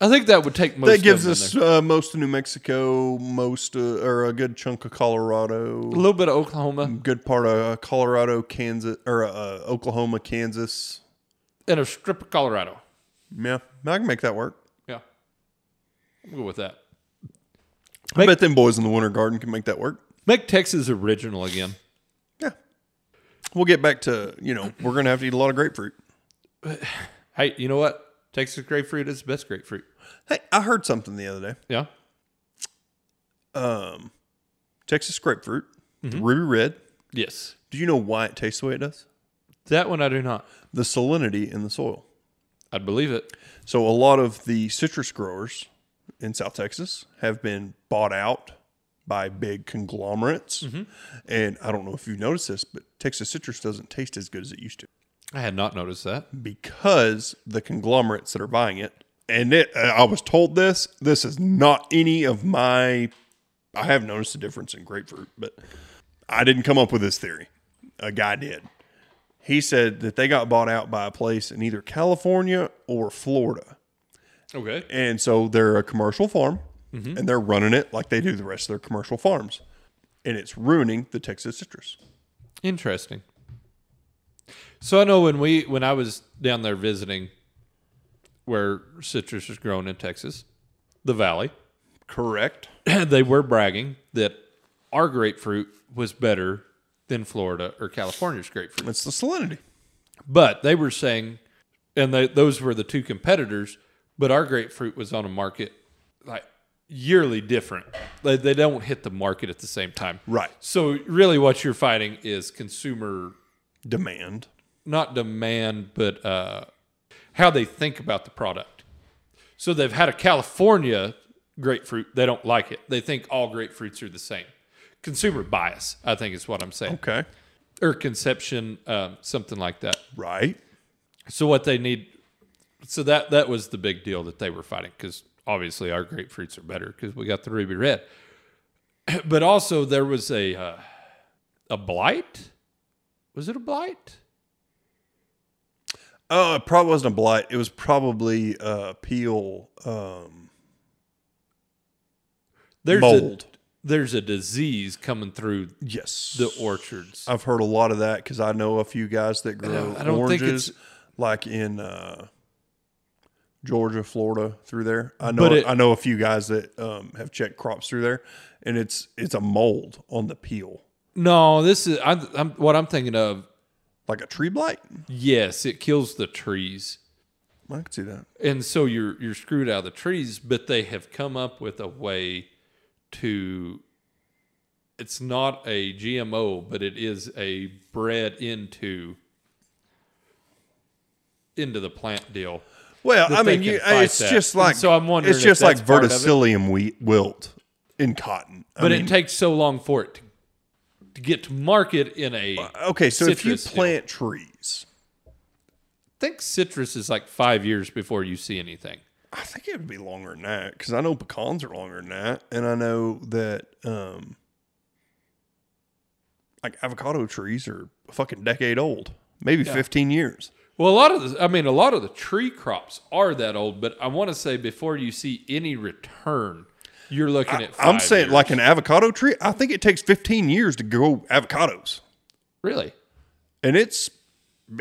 D: I think that would take most.
C: that gives
D: of them in
C: us
D: there.
C: uh, most of New Mexico, most uh, or a good chunk of
D: a
C: Colorado,
D: little bit of Oklahoma
C: good part of Colorado, Kansas, or uh, Oklahoma, Kansas.
D: and a strip of Colorado.
C: Yeah, I can make that work.
D: Yeah, I'll go with that.
C: I bet them boys in the Winter Garden can make that work.
D: Make Texas original again.
C: Yeah, we'll get back to you know we're gonna have to eat a lot of grapefruit.
D: Hey, you know what? Texas grapefruit is the best grapefruit.
C: Hey, I heard something the other day.
D: Yeah,
C: Um, Texas grapefruit, the ruby red.
D: yes,
C: Do you know why it tastes the way it does?
D: that one I do not.
C: The salinity in the soil.
D: I believe it.
C: So a lot of the citrus growers in South Texas have been bought out by big conglomerates. And I don't know if you've noticed this, but Texas citrus doesn't taste as good as it used to
D: I had not noticed that.
C: because the conglomerates that are buying it. And it, I was told this. This is not any of my. I have noticed a difference in grapefruit, but I didn't come up with this theory. A guy did. He said that they got bought out by a place in either California or Florida.
D: Okay.
C: And so they're a commercial farm and they're running it like they do the rest of their commercial farms. And it's ruining the Texas citrus.
D: Interesting. So I know when we when I was down there visiting where citrus is grown in Texas, the valley,
C: Correct.
D: they were bragging that our grapefruit was better than Florida or California's grapefruit.
C: It's the salinity.
D: But they were saying and they, those were the two competitors, but our grapefruit was on a market like yearly different. They, they don't hit the market at the same time.
C: Right.
D: So really what you're fighting is consumer
C: Demand.
D: not demand, but uh, how they think about the product. So they've had a California grapefruit. They don't like it. They think all grapefruits are the same. Consumer bias, I think, is what I'm saying,
C: Okay.
D: or conception, um, something like that.
C: Right.
D: So what they need, so that that was the big deal that they were fighting because obviously our grapefruits are better because we got the ruby red. But also there was a uh, a blight. Was it a blight?
C: Oh, it probably wasn't a blight. It was probably uh, peel. Um,
D: there's
C: mold.
D: A, there's a disease coming through
C: yes.
D: the orchards.
C: I've heard a lot of that because I know a few guys that grow
D: don't- I don't think
C: oranges,
D: it's-
C: like in uh, Georgia, Florida, through there. I know
D: But it-
C: I know a few guys that um, have checked crops through there, and it's it's a mold on the peel,
D: No, this is I'm, I'm what I'm thinking of.
C: like a tree blight.
D: Yes, it kills the trees,
C: I could see that.
D: and so you're you're screwed out of the trees. But they have come up with a way to. It's not a GMO, but it is a bred into into the plant deal.
C: Well,
D: that
C: I
D: they
C: mean,
D: can
C: you,
D: fight
C: it's
D: that.
C: just
D: And
C: like
D: so I'm wondering
C: it's
D: if
C: just like
D: that's part of it.
C: verticillium wheat wilt in cotton. I
D: But
C: mean,
D: it takes so long for it to, to get to market in a.
C: okay. So if you
D: citrus deal.
C: plant trees,
D: think citrus is like five years before you see anything.
C: I think it would be longer than that because I know pecans are longer than that, and I know that um, like avocado trees are a fucking decade old, maybe fifteen years.
D: Well, a lot of the, I mean, a lot of the tree crops are that old, but I want to say before you see any return, you're looking at.
C: I'm
D: five
C: saying
D: years.
C: like an avocado tree. I think it takes fifteen years to grow avocados,
D: really.
C: and it's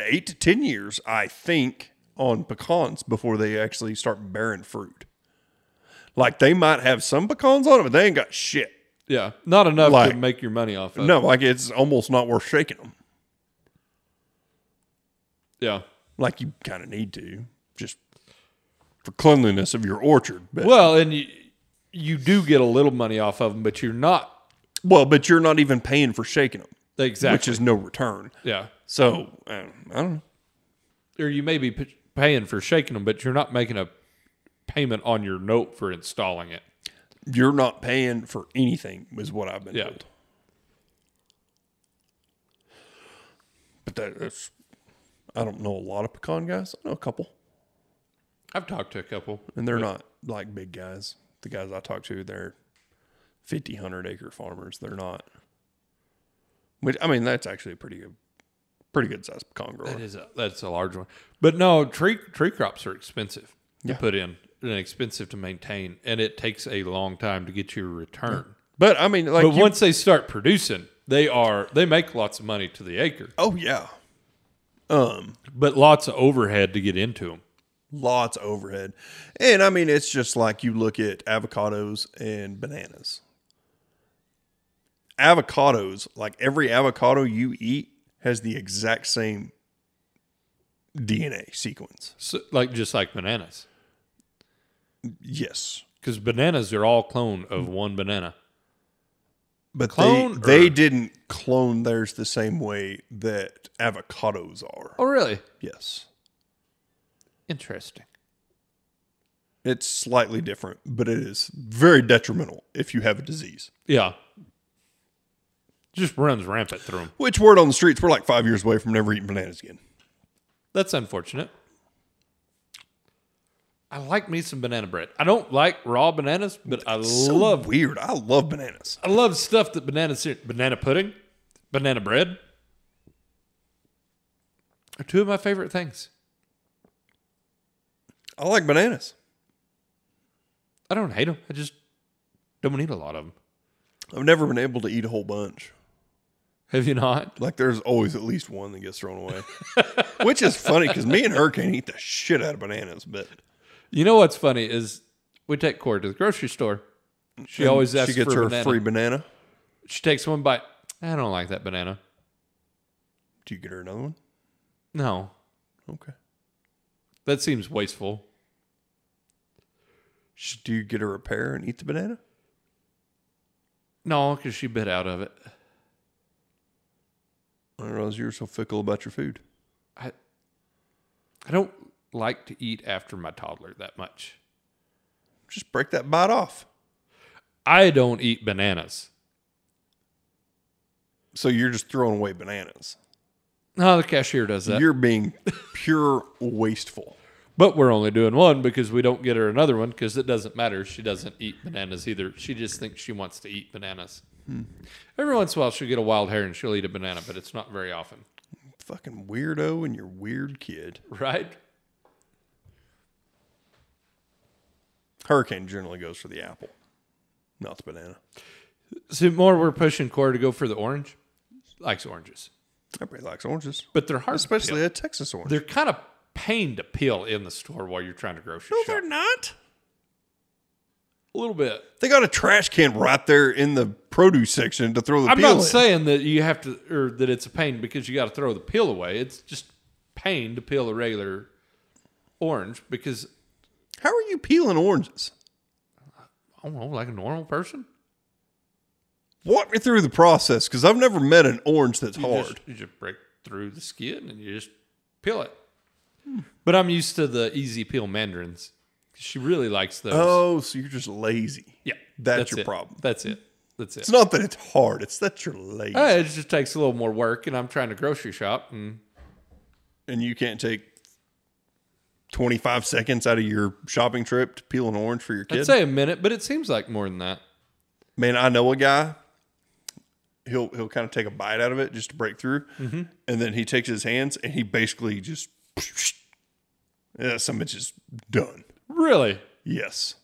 C: eight to ten years, I think, on pecans before they actually start bearing fruit. Like they might have some pecans on it, but they ain't got shit.
D: Yeah, not enough
C: Like-
D: to make your money off of.
C: No, like it's almost not worth shaking them.
D: Yeah.
C: Like you kind of need to just for cleanliness of your orchard. But, well,
D: Well, and you, you do get a little money off of them, but you're not
C: but you're not even paying for shaking them,
D: exactly.
C: which is no return.
D: yeah,
C: So um, I don't know.
D: or you may be p- paying for shaking them, but you're not making a payment on your note for installing it.
C: You're not paying for anything, is what I've been
D: Yeah.
C: told. But that, that's, I don't know a lot of pecan guys. I know a couple,
D: I've talked to a couple.
C: and they're not like big guys. The guys I talk to, they're 50, 100 acre farmers. They're not. Which I mean, that's actually a pretty good, pretty good sized pecan grower.
D: That is a, that's a large one, but no tree tree crops are expensive
C: Yeah.
D: to put in and expensive to maintain, and it takes a long time to get your return.
C: But I mean, like,
D: But
C: you-
D: once they start producing, they are they make lots of money to the acre,
C: oh yeah, um,
D: but lots of overhead to get into them.
C: lots of overhead. And I mean, it's just like you look at avocados and bananas. Avocados, like every avocado you eat, has the exact same DNA sequence.
D: So, like just like bananas,
C: Yes.
D: because bananas are all clone of one banana.
C: But
D: Clone
C: they, they
D: or-
C: didn't clone theirs the same way that avocados are.
D: Oh, really?
C: Yes.
D: Interesting.
C: It's slightly different, but it is very detrimental if you have a disease.
D: Yeah, just runs rampant through them.
C: Which word on the streets, we're like five years away from never eating bananas again.
D: That's unfortunate. I like me some banana bread. I don't like raw bananas, but I
C: So
D: love
C: weird. I love bananas.
D: I love stuff that bananas banana pudding, banana bread are two of my favorite things.
C: I like bananas.
D: I don't hate them. I just don't eat a lot of them.
C: I've never been able to eat a whole bunch.
D: Have you not?
C: Like there's always at least one that gets thrown away, which is funny because me and her can't eat the shit out of bananas. But
D: You know what's funny is we take Corey to the grocery store. She always asks
C: she gets
D: for
C: her
D: a banana.
C: free banana.
D: She takes one bite. I don't like that banana.
C: Do you get her another one?
D: No,
C: Okay.
D: that seems wasteful.
C: Sh- Do you get her a pear and eat the banana?
D: No, because she bit out of it.
C: I didn't realize you were so fickle about your food.
D: I I don't like to eat after my toddler that much.
C: Just break that bite off.
D: I don't eat bananas.
C: So you're just throwing away bananas.
D: No, the cashier does that.
C: You're being pure wasteful.
D: but we're only doing one because we don't get her another one because it doesn't matter. She doesn't eat bananas either. She just thinks she wants to eat bananas.
C: Hmm.
D: Every once in a while, she'll get a wild hair and she'll eat a banana, but it's not very often,
C: Fucking weirdo and your weird kid.
D: right?
C: Hurricane generally goes for the apple, not the banana.
D: So more we're pushing Cora to go for the orange. Likes oranges,
C: Everybody likes oranges,
D: but they're hard, to peel.
C: especially a Texas orange.
D: they're kind of pain to peel in the store while you're trying to grocery shop.
C: not.
D: A little bit.
C: They got a trash can right there in the produce section to throw the
D: I'm
C: peel
D: not
C: in.
D: saying that you have to, or that it's a pain because you got to throw the peel away. It's just pain to peel a regular orange because
C: How are you peeling oranges?
D: I don't know, oh, like a normal person,
C: Walk me through the process because I've never met an orange that's
D: you
C: hard.
D: Just, you just break through the skin and you just peel it. But I'm used to the easy peel mandarins. She really likes those.
C: oh, so you're just lazy.
D: yeah,
C: that's your
D: it.
C: problem.
D: That's it. That's it.
C: It's not that it's hard; it's that you're lazy
D: Uh, it just takes a little more work, and I'm trying to grocery shop, and
C: and you can't take 25 seconds out of your shopping trip to peel an orange for your
D: I'd
C: kid.
D: say a minute, but it seems like more than that.
C: man, I know a guy. He'll he'll kind of take a bite out of it just to break through,
D: Mm-hmm.
C: and then he takes his hands and he basically just yeah, some bitch is done.
D: Really
C: Yes,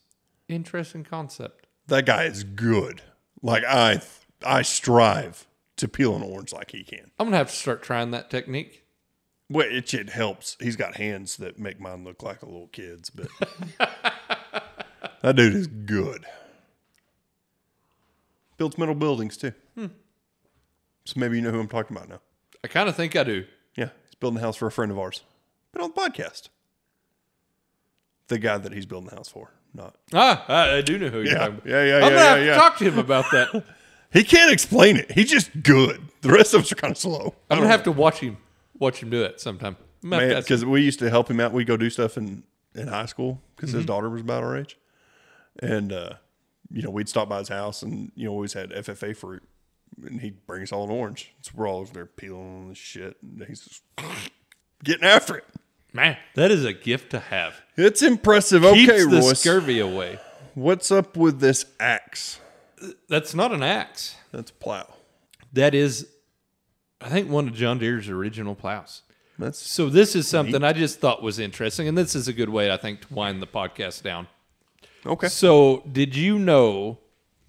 D: interesting concept.
C: that guy is good. Like I I strive to peel an orange like he can.
D: I'm gonna have to start trying that technique.
C: Well, it, it helps. He's got hands that make mine look like a little kid's, but That dude is good. Builds metal buildings too.
D: Hmm.
C: So maybe you know who I'm talking about now.
D: I kind of think I do.
C: Yeah, he's building a house for a friend of ours. Been on the podcast. The guy that he's building the house for, not
D: Ah, I, I do know who you're
C: Yeah,
D: talking about.
C: yeah, yeah,
D: I'm
C: yeah,
D: gonna
C: yeah,
D: have
C: yeah.
D: to talk to him about that. I'm
C: He can't explain it. He's just good. The rest of us are kind of slow.
D: gonna have to watch him, watch him do it sometime. I'm gonna have to ask him.
C: because we used to help him out. We would go do stuff in in high school because his daughter was about our age, and uh, you know we'd stop by his house and you know always had FFA fruit, and he'd bring us all an orange. So we're all over there peeling the shit, and he's just getting after it.
D: man, that is a gift to have.
C: It's impressive.
D: Keeps
C: okay,
D: the
C: Royce,
D: scurvy away.
C: what's up with this axe?
D: That's not an axe.
C: That's a plow.
D: That is, I think, one of John Deere's original plows.
C: That's
D: So this is something I just thought was interesting, and this is a good way, I think, to wind the podcast down.
C: okay.
D: So, did you know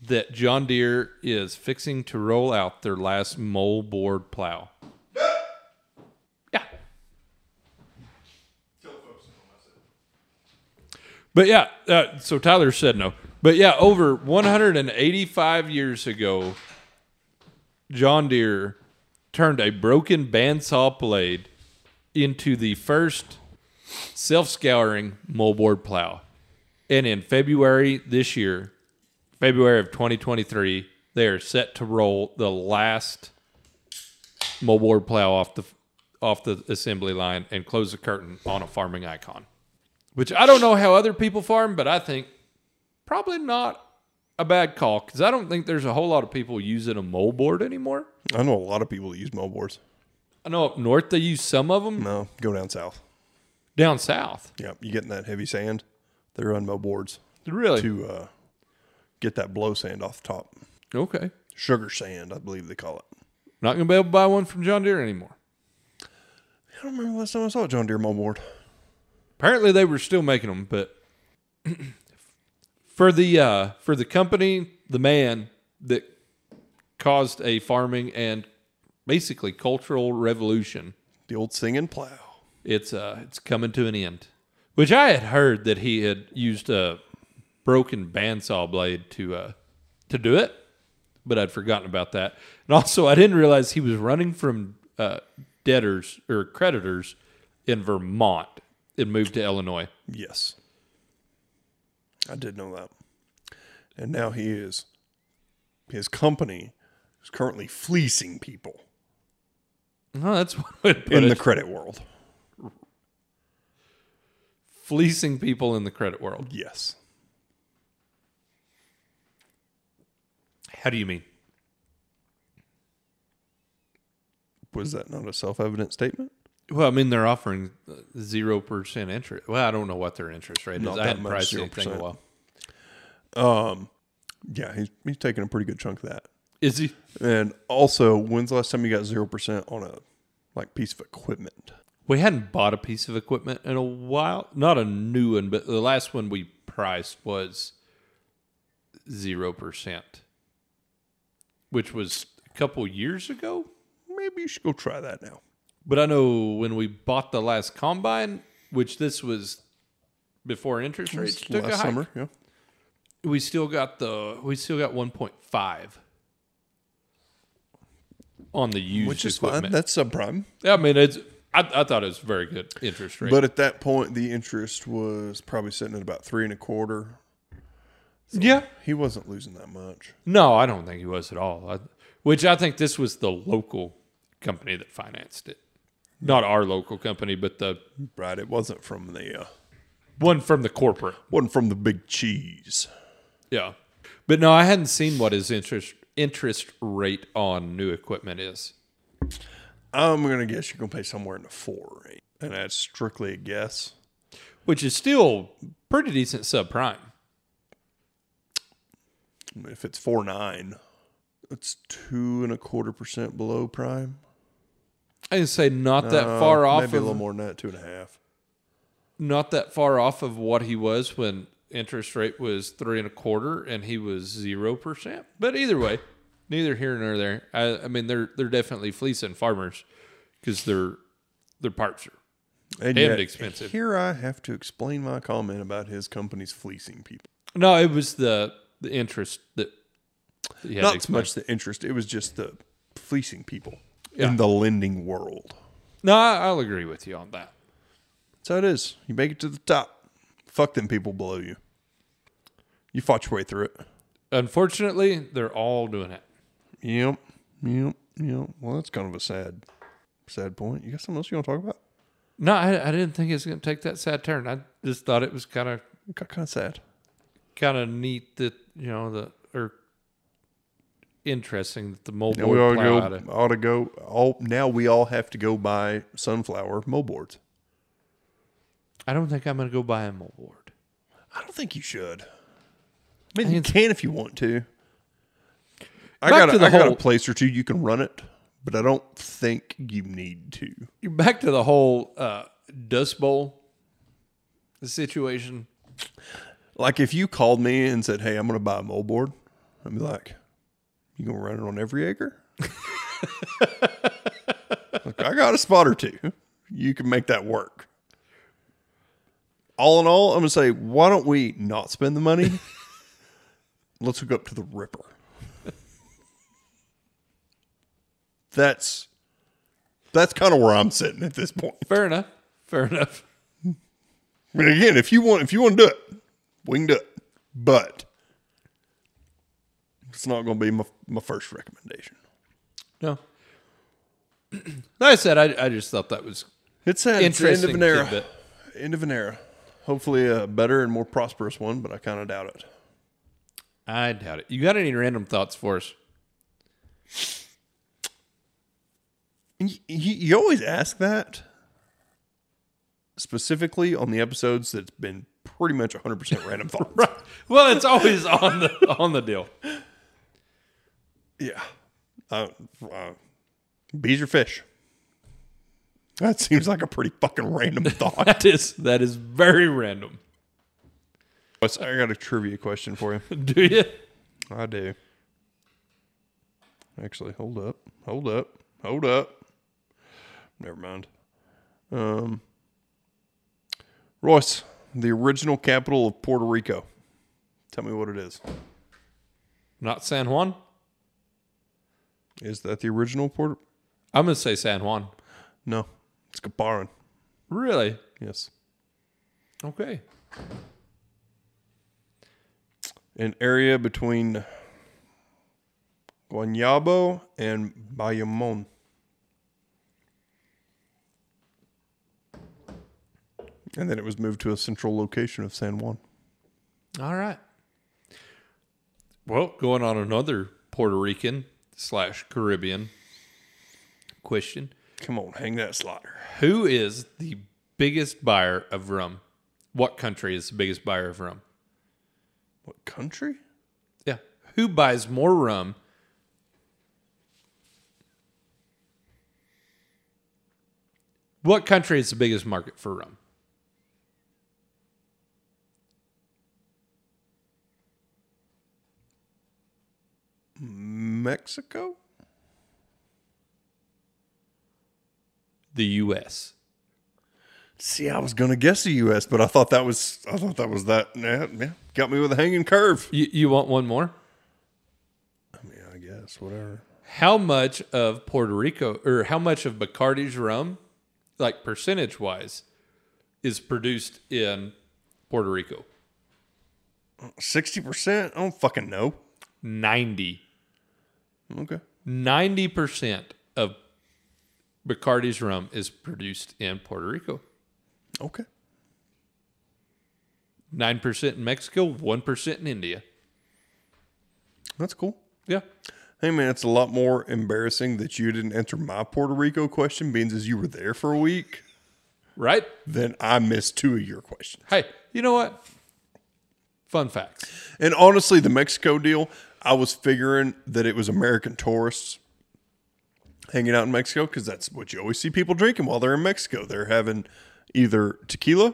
D: that John Deere is fixing to roll out their last mole board plow? yeah. But yeah, uh, so Tyler said no. But yeah, over 185 years ago, John Deere turned a broken bandsaw blade into the first self-scouring mole board plow. And in February this year, February of 2023, they are set to roll the last moldboard plow off the off the assembly line and close the curtain on a farming icon. Which I don't know how other people farm, but I think probably not a bad call because I don't think there's a whole lot of people using a moldboard anymore.
C: I know a lot of people that use moldboards.
D: I know up north they use some of them.
C: No, go down south.
D: Down south,
C: Yeah, you get in that heavy sand. They run moldboards
D: really?
C: to uh, get that blow sand off the top.
D: Okay,
C: sugar sand, I believe they call it.
D: not gonna be able to buy one from John Deere anymore.
C: I don't remember the last time I saw a John Deere moldboard.
D: Apparently they were still making them, but for the uh, for the company, the man that caused a farming and basically cultural revolution,
C: The old singing plow.
D: it's uh, it's coming to an end. Which I had heard that he had used a broken bandsaw blade to uh, to do it, but I'd forgotten about that. And also, I didn't realize he was running from uh, debtors or creditors in Vermont and moved to Illinois.
C: Yes. I did know that. And now he is, his company is currently fleecing people
D: No, that's one way to put
C: in
D: it.
C: the credit world.
D: Fleecing people in the credit world.
C: Yes.
D: How do you mean?
C: Was that not a self evident statement?
D: Well, I mean they're offering uh, zero percent interest. Well, I don't know what their interest rate
C: Not
D: is. I
C: that
D: hadn't
C: much,
D: priced anything in a
C: 0%.
D: while.
C: Yeah, he's, he's taking a pretty good chunk of that.
D: Is he?
C: And also, when's the last time you got 0% on a like piece of equipment?
D: We hadn't bought a piece of equipment in a while. Not a new one, but the last one we priced was zero percent, which was a couple years ago.
C: Maybe you should go try that now.
D: But I know when we bought the last combine, which this was before interest rates took a
C: Last
D: hike.
C: summer, yeah.
D: we still got the we still got 1.5 on the used
C: Which is
D: equipment.
C: fine. That's subprime.
D: I mean, it's I, I thought it was very good interest rate.
C: But at that point, the interest was probably sitting at about three and a quarter.
D: yeah,
C: He wasn't losing that much.
D: no, I don't think he was at all. I, which I think this was the local company that financed it, not our local company, but the
C: Right. It wasn't from the uh,
D: one from the corporate.
C: wasn't from the big cheese.
D: Yeah, but no, I hadn't seen what his interest interest rate on new equipment is.
C: I'm gonna guess you're gonna pay somewhere in the four range, and that's strictly a guess.
D: Which is still pretty decent subprime.
C: I mean, if it's four nine, it's two and a quarter percent below prime. Uh,
D: I can say not that far off.
C: maybe a
D: of-
C: little more than that, two and a half.
D: not that far off of what he was when interest rate was three and a quarter and he was zero percent. But either way, neither here nor there. I, I mean, they're they're definitely fleecing farmers because their their parts are.
C: And
D: Damned expensive.
C: Here I have to explain my comment about his company's fleecing people.
D: No, it was the the interest that. that he had to
C: Not so
D: explain.
C: much the interest. It was just the fleecing people
D: Yeah.
C: in the lending world.
D: No, I- I'll agree with you on that.
C: That's how it is. You make it to the top. Fuck them people below you. You fought your way through it.
D: Unfortunately, they're all doing it.
C: Yep. Yep. Yep. Well, that's kind of a sad, sad point. You got something else you want to talk about?
D: No, I, I didn't think it was going to take that sad turn. I just thought it was kind of
C: It got kind of sad.
D: kind of neat that you know the or interesting that the
C: Now we all go,
D: mobile plowed it.
C: ought to go. All now we all have to go buy sunflower moldboards.
D: I don't think I'm going to go buy a mobile board.
C: I don't think you should. I mean, you can if you want to. I
D: Back
C: got, a,
D: to the
C: I got a
D: whole-
C: place or two you can run it, but I don't think you need to.
D: You're back to the whole uh, Dust Bowl situation.
C: Like if you called me and said, "Hey, I'm going to buy a moldboard," I'd be like, "You gonna run it on every acre?" like I got a spot or two. You can make that work. All in all, I'm gonna say, why don't we not spend the money? Let's hook up to the Ripper. That's that's kind of where I'm sitting at this point.
D: Fair enough. Fair enough.
C: I mean, again, if you want, if you want to do it, we can do it. But it's not going to be my, my first recommendation.
D: No. like I said, I, I just thought that was
C: It's sad. It's the end of
D: interesting.
C: an era.
D: tidbit.
C: End of an era. Hopefully, a better and more prosperous one, but I kind of doubt it.
D: I doubt it. You got any random thoughts for us?
C: And y- y- you always ask that specifically on the episodes that's been pretty much 100% random thoughts.
D: Well, it's always on the on the deal.
C: Yeah. Uh, uh, bees or fish? That seems like a pretty fucking random thought.
D: That is that is very random.
C: What's- I got a trivia question for you.
D: Do you?
C: I do. Actually, hold up. Hold up. Hold up. Never mind. Um, Royce, the original capital of Puerto Rico. Tell me what it is.
D: Not San Juan.
C: Is that the original Puerto?
D: I'm gonna say San Juan.
C: No, it's Caparan.
D: Really?
C: Yes.
D: Okay.
C: An area between Guanabo and Bayamon. And then it was moved to a central location of San Juan.
D: All right. Well, going on another Puerto Rican slash Caribbean question:
C: Come on, hang that slider.
D: Who is the biggest buyer of rum? What country is the biggest buyer of rum?
C: What country?
D: Yeah. Who buys more rum? What country is the biggest market for rum?
C: Mexico?
D: The U.S.
C: See, I was gonna guess the U.S., but I thought that was I thought that was that. Yeah, yeah. got me with a hanging curve.
D: You, you want one more?
C: I mean, I guess whatever.
D: How much of Puerto Rico or how much of Bacardi's rum, like percentage wise, is produced in Puerto Rico?
C: Sixty percent? I don't fucking know.
D: 90.
C: Okay.
D: 90% of Bacardi's rum is produced in Puerto Rico.
C: Okay.
D: 9% in Mexico, 1% in India.
C: That's cool.
D: Yeah.
C: Hey man, it's a lot more embarrassing that you didn't answer my Puerto Rico question, being as you were there for a week,
D: Right?
C: than I missed two of your questions.
D: Hey, you know what? Fun facts.
C: And honestly, the Mexico deal, I was figuring that it was American tourists hanging out in Mexico because that's what you always see people drinking while they're in Mexico. They're having either tequila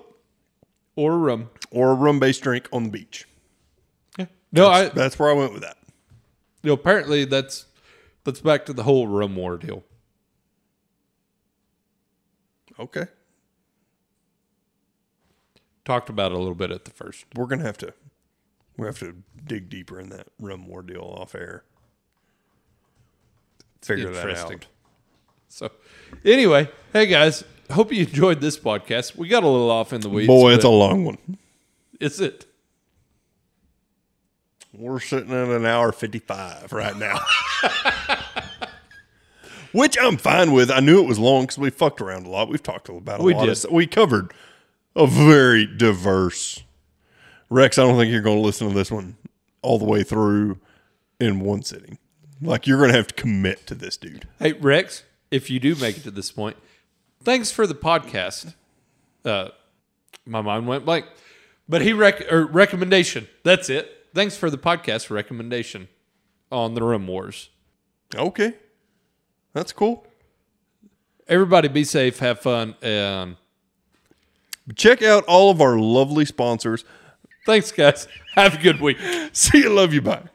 D: Or rum.
C: or a rum based drink on the beach.
D: Yeah. No, I,
C: That's where I went with that.
D: you know, apparently that's that's back to the whole rum war deal.
C: Okay.
D: Talked about it a little bit at the first.
C: We're going to have to. We have to dig deeper in that rum war deal off air. Figure that
D: Interesting.
C: out.
D: So, anyway, hey guys, hope you enjoyed this podcast. We got a little off in the weeds.
C: Boy, it's a
D: but
C: long one.
D: Is it?
C: We're sitting at an hour 55 right now. Which I'm fine with. I knew it was long because we fucked around a lot. We've talked about a
D: We
C: lot
D: did.
C: of stuff. We covered a very diverse. Rex, I don't think you're going to listen to this one all the way through in one sitting. Like, you're going to have to commit to this dude.
D: Hey Rex, if you do make it to this point, thanks for the podcast. Uh, my mind went blank, but he rec- or recommendation. That's it. Thanks for the podcast recommendation on the Rim Wars.
C: Okay. That's cool.
D: Everybody, be safe, have fun, and
C: Check out all of our lovely sponsors.
D: thanks, guys. Have a good week.
C: See you. Love you. Bye.